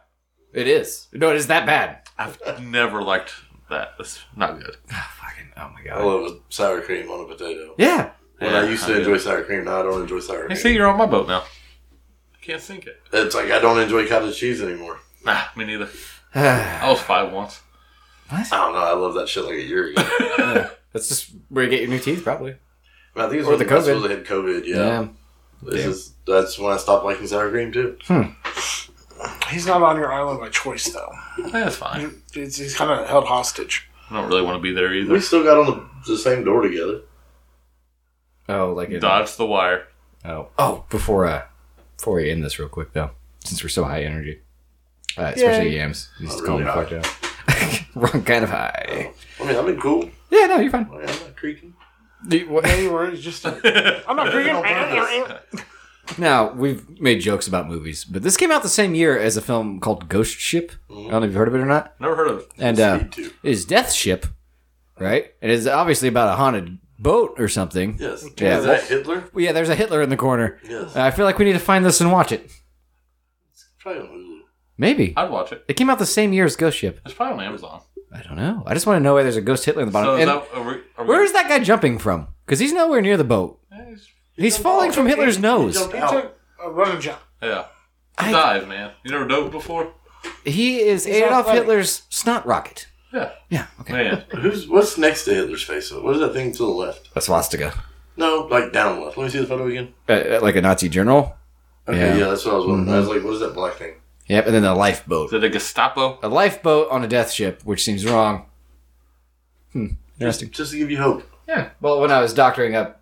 S1: It is. No, it is that bad.
S2: I've never liked that. That's not good.
S1: Fucking. Oh my
S4: I
S1: god.
S4: love sour cream on a potato.
S1: Yeah.
S4: When I
S2: Yeah,
S4: used
S2: I
S4: to
S2: do.
S4: enjoy sour cream, now I don't enjoy sour
S2: Hey,
S4: cream.
S2: see, you're on my boat now. I can't sink it.
S4: It's like I don't enjoy cottage cheese anymore.
S2: Nah, me neither. I was five once.
S4: I don't know. I love that shit like a year ago.
S1: That's just where you get your new teeth, probably.
S4: I think it's
S1: Or
S4: when
S1: the
S4: I
S1: COVID.
S4: supposed to had COVID. Yeah, this is that's when I stopped liking sour cream too.
S5: He's not on your island by choice, though.
S2: That's fine.
S5: It's, he's kind of held hostage.
S2: I don't really want to be there
S4: We
S2: either.
S4: still got on the, the same door together.
S1: Oh, like it.
S2: Dodge the wire.
S1: Oh, oh. Before uh, before we end this real quick though, since we're so high energy, uh, especially yams, he's
S4: Not
S1: calling me
S4: really
S1: fucked up. Wrong kind of high.
S4: I mean, I've been cool.
S1: Yeah, no, you're fine.
S4: I mean, I'm not creaking.
S1: Do you- what-
S5: Hey, we're just. I'm not freaking.
S1: Now, we've made jokes about movies, but this came out the same year as a film called Ghost Ship. I don't know if you've heard of it or not.
S2: Never heard of it.
S1: And uh,
S4: Speed too.
S1: it is Death Ship, right? It is obviously about a haunted boat or something.
S4: Yes.
S1: Yeah. Uh,
S4: Is that Hitler?
S1: Well, yeah, there's a Hitler in the corner.
S4: Yes.
S1: I feel like we need to find this and watch it.
S4: Probably on Hulu.
S1: Maybe.
S2: I'd watch it.
S1: It came out the same year as Ghost Ship.
S2: It's probably on Amazon.
S1: I don't know. I just want to know why there's a ghost Hitler in the bottom.
S2: So is
S1: And
S2: that, are we, are we,
S1: where is that guy jumping from? Because he's nowhere near the boat. He's falling
S4: Oh,
S1: from Hitler's nose.
S4: Jump
S5: He
S4: out.
S5: took a running jump.
S2: Yeah.
S1: I-
S2: Dive, man. You never dove before?
S1: He is Adolf
S5: athletic.
S1: Hitler's snot rocket.
S2: Yeah.
S1: Yeah, okay.
S2: Man.
S4: Who's what's next to Hitler's face? What is that thing to the left?
S1: A swastika.
S4: No, like down left. Let me see the photo again.
S1: Uh, like a Nazi general?
S4: Okay,
S1: Yeah. Mm-hmm.
S4: yeah, that's what I was wondering. I was like, what is that black thing?
S1: Yep, and then a lifeboat.
S2: Is it a Gestapo?
S1: A lifeboat on a death ship, which seems wrong. Hmm. Interesting.
S4: Just to give you hope.
S1: Yeah. Well, when I was doctoring up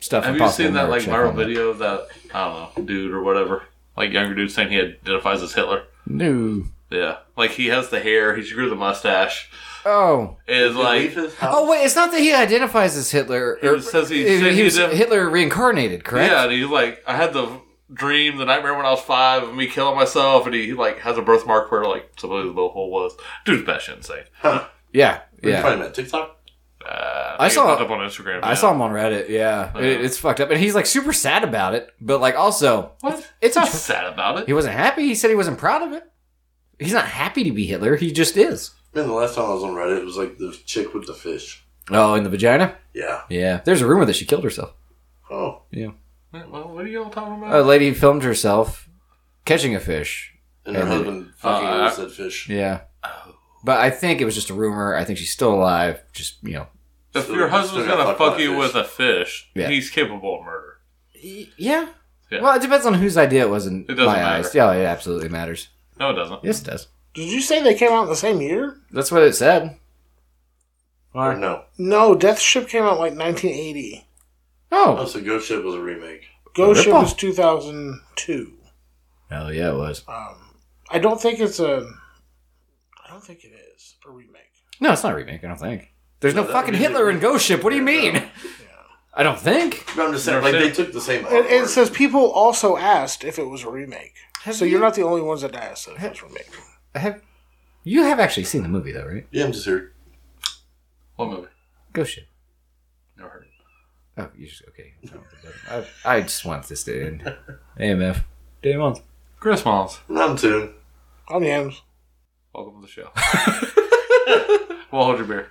S1: stuff,
S2: Have
S1: and
S2: you
S1: possible
S2: seen that
S1: murder,
S2: like
S1: check
S2: viral
S1: on that.
S2: video of that I don't know dude or whatever like younger dude saying he identifies as Hitler?
S1: No.
S2: Yeah, like he has the hair, he's grew the mustache,
S1: Oh.
S2: is
S4: Leave
S2: like
S4: his house.
S1: Oh wait, it's not that he identifies as Hitler.
S2: He says he-
S1: he,
S2: said he
S1: was
S2: def-
S1: Hitler reincarnated, correct?
S2: yeah, and he's like I had the dream, the nightmare when I was five of me killing myself, and he, like has a birthmark where like supposedly the hole was. Dude's batshit insane.
S1: Yeah.
S4: Where you
S1: yeah.
S4: find him at TikTok?
S2: Uh,
S1: I
S2: he
S1: saw-
S2: popped up on Instagram.
S1: I saw him on Reddit. Yeah,
S2: Oh,
S1: It- it's fucked up, and he's like super sad about it. But like, also,
S2: What?
S1: It's
S2: It's not
S1: a-
S2: sad about it.
S1: he wasn't happy. He said he wasn't proud of it. He's not happy to be Hitler. He just is.
S4: Man, the last time I was on Reddit, it was like the chick with the fish.
S1: Oh, in the vagina.
S4: Yeah.
S1: Yeah, there's a rumor that she killed herself.
S4: Oh.
S2: Well, what are y'all talking
S1: A
S2: about?
S1: lady filmed herself catching a fish.
S4: And her
S1: And-
S4: husband fucking
S2: Uh,
S4: said fish.
S1: Yeah. But I think it was just a rumor. I think she's still alive. Just you know.
S2: if your husband's
S4: Still
S2: gonna
S4: fucked by
S2: fuck
S4: a
S2: you
S4: fish.
S2: with a fish,
S1: Yeah.
S2: he's capable of murder.
S1: Y- Yeah.
S2: Yeah.
S1: Well, it depends on whose idea it was in
S2: It doesn't
S1: my
S2: matter.
S1: eyes. Yeah, it absolutely matters.
S2: No, it doesn't.
S1: Yes, it does.
S5: Did you say they came out in the same year?
S1: That's what it said.
S4: Or no.
S5: No, Death Ship came out like 1980.
S4: Oh,
S1: Oh.
S4: so Ghost Ship was a remake.
S5: Ghost Ship
S1: Ripoff.
S5: was 2002.
S1: Hell yeah, it was.
S5: Um, I don't think it's a. I don't think it is a remake.
S1: No, it's not a remake. I don't think. There's no,
S4: No, that
S1: fucking
S4: would be-
S1: Hitler in Ghost Ship. What do you mean? I don't think.
S4: No, I'm just saying,
S2: Never
S4: like, they
S2: seen
S4: took the same
S5: It, it
S4: artwork.
S5: says people also asked if it was a remake.
S1: Have
S5: so you? are
S1: you-
S5: not the only ones that asked if it was a remake.
S1: Have you have actually seen the movie though, right?
S4: Yeah, I'm just here.
S2: What movie?
S1: Ghost Ship.
S2: Never heard. of it.
S1: Oh, you just okay. I, I just want this to end. AMF. Day month.
S2: Chris Miles,
S4: I'm too.
S5: I'm Yams.
S2: welcome to the show. well, hold your beer.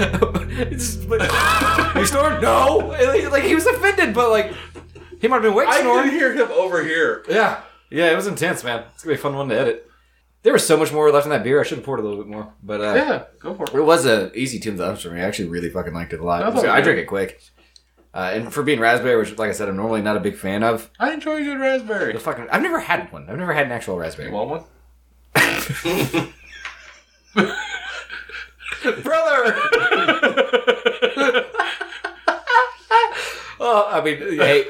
S1: you snored? No. Like, like, he was offended, but like he might have been wake
S2: I can
S1: snoring.
S2: hear him over here.
S1: Yeah, yeah, it was intense, man. It's gonna be a fun one to edit. There was so much more left in that beer. I should have poured a little bit more, but uh,
S2: Yeah, go for
S1: It
S2: it.
S1: was a easy two thumbs for me. I actually really fucking liked it a lot.
S2: I thought it
S1: I
S2: was
S1: drink it quick. Uh, and for being raspberry, which, like I said, I'm normally not a big fan of.
S2: I enjoy a good
S1: The
S2: raspberry.
S1: fucking, I've never had one. I've never had an actual raspberry.
S2: You want one?
S1: brother. well, I mean, hey,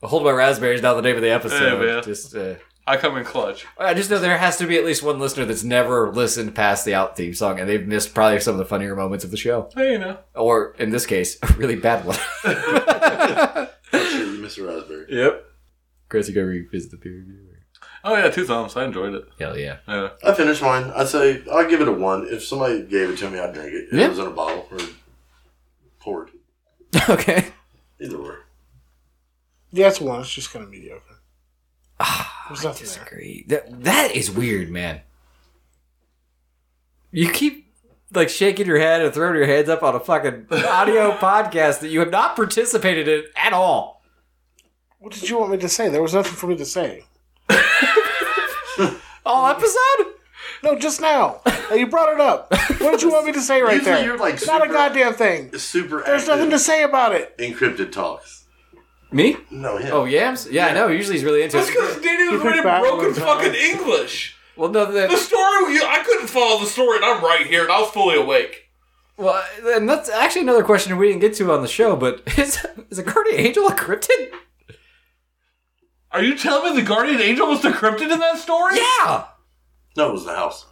S1: hold my raspberries down the name of the episode.
S2: Hey, man.
S1: Just, uh,
S2: I come in clutch.
S1: I just know there has to be at least one listener that's never listened past the out theme song, and they've missed probably some of the funnier moments of the show,
S2: Hey, you know.
S1: or in this case, a really bad one.
S4: Sure, you miss a raspberry.
S2: Yep.
S1: Chris, you go revisit the peer review.
S2: Oh yeah, two thumbs. I enjoyed it.
S1: Hell yeah!
S2: Yeah.
S4: I finished mine. I'd say I'd give it a one. If somebody gave it to me, I'd drink it. If
S1: Yeah.
S4: it was in a bottle or poured.
S1: okay,
S4: Either way.
S5: Yeah, it's one. It's just kind of mediocre. There's
S1: Ah, I
S5: nothing there.
S1: disagree. That that is weird, man. You keep like shaking your head and throwing your heads up on a fucking audio podcast that you have not participated in at all.
S5: What did you want me to say? There was nothing for me to say.
S1: all episode?
S5: No, just now. Now, you brought it up. What did you want me to say right
S4: Usually
S5: there?
S4: you're, like,
S5: Not a
S4: super-
S5: goddamn thing.
S4: It's super
S5: There's nothing to
S4: active.
S5: say about it.
S4: Encrypted talks.
S1: Me?
S4: No, him.
S1: Oh, yams? Yeah, I know. Usually he's really into
S2: That's
S1: it.
S2: because Danny was
S5: picked
S2: reading
S5: back
S2: broken
S5: one time.
S2: fucking English.
S1: Well, no,
S2: The
S1: the,
S2: story, you- I couldn't follow the story, and I'm right here, and I was fully awake.
S1: well, and that's actually another question we didn't get to on the show. But is is a guardian angel a cryptid?
S2: Are you telling me the guardian angel was decrypted in that story?
S1: Yeah.
S4: No, it was the house.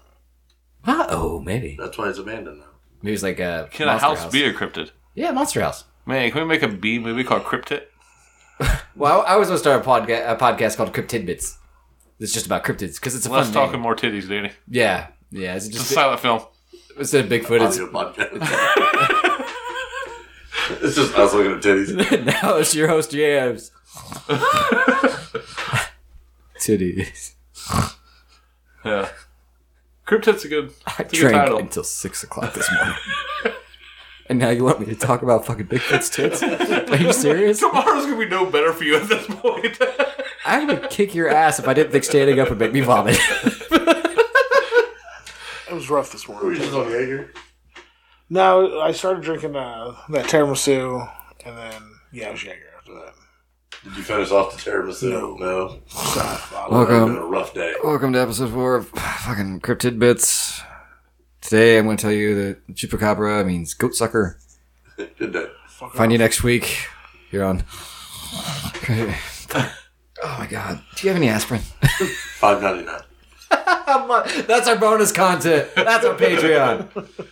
S1: Uh oh, maybe.
S4: That's why it's abandoned now.
S1: Maybe it's like a
S2: Can
S1: monster
S2: a house, be encrypted?
S1: Yeah, monster house.
S2: Man, can we make a B movie called Cryptid?
S1: Well, I, I was going to start a, podca- a podcast called Cryptidbits. It's just about cryptids because it's a
S2: Let's
S1: fun
S2: talk
S1: name.
S2: more titties, Danny.
S1: Yeah, yeah. Is it
S2: It's
S1: just
S2: a silent film.
S1: instead of Bigfoot? It's
S4: Audio podcast. it's just us looking at titties.
S1: now it's your host Yams. Titties.
S2: Yeah. Cryptid's a good,
S1: I
S2: it's a good
S1: drank
S2: title.
S1: until six o'clock this morning. and now you want me to talk about fucking Bigfoot's tits? Are you serious?
S2: Tomorrow's gonna be no better for you at this point.
S1: I would kick your ass if I didn't think standing up would make me vomit.
S5: It was rough this
S4: We're
S5: morning.
S4: just on Jaeger.
S5: No, I started drinking uh, that tiramisu, and then yeah, it was Jaeger after that.
S4: Did you finish off the tiramisu? No. no. It's been
S1: Welcome,
S4: a rough day.
S1: welcome to episode four of fucking Cryptid Bits. Today I'm going to tell you that chupacabra means goat sucker.
S4: Good day.
S1: Find you next week. You're on. Okay. Oh my god. Do you have any aspirin?
S4: Five ninety nine.
S1: That's our bonus content. That's our Patreon.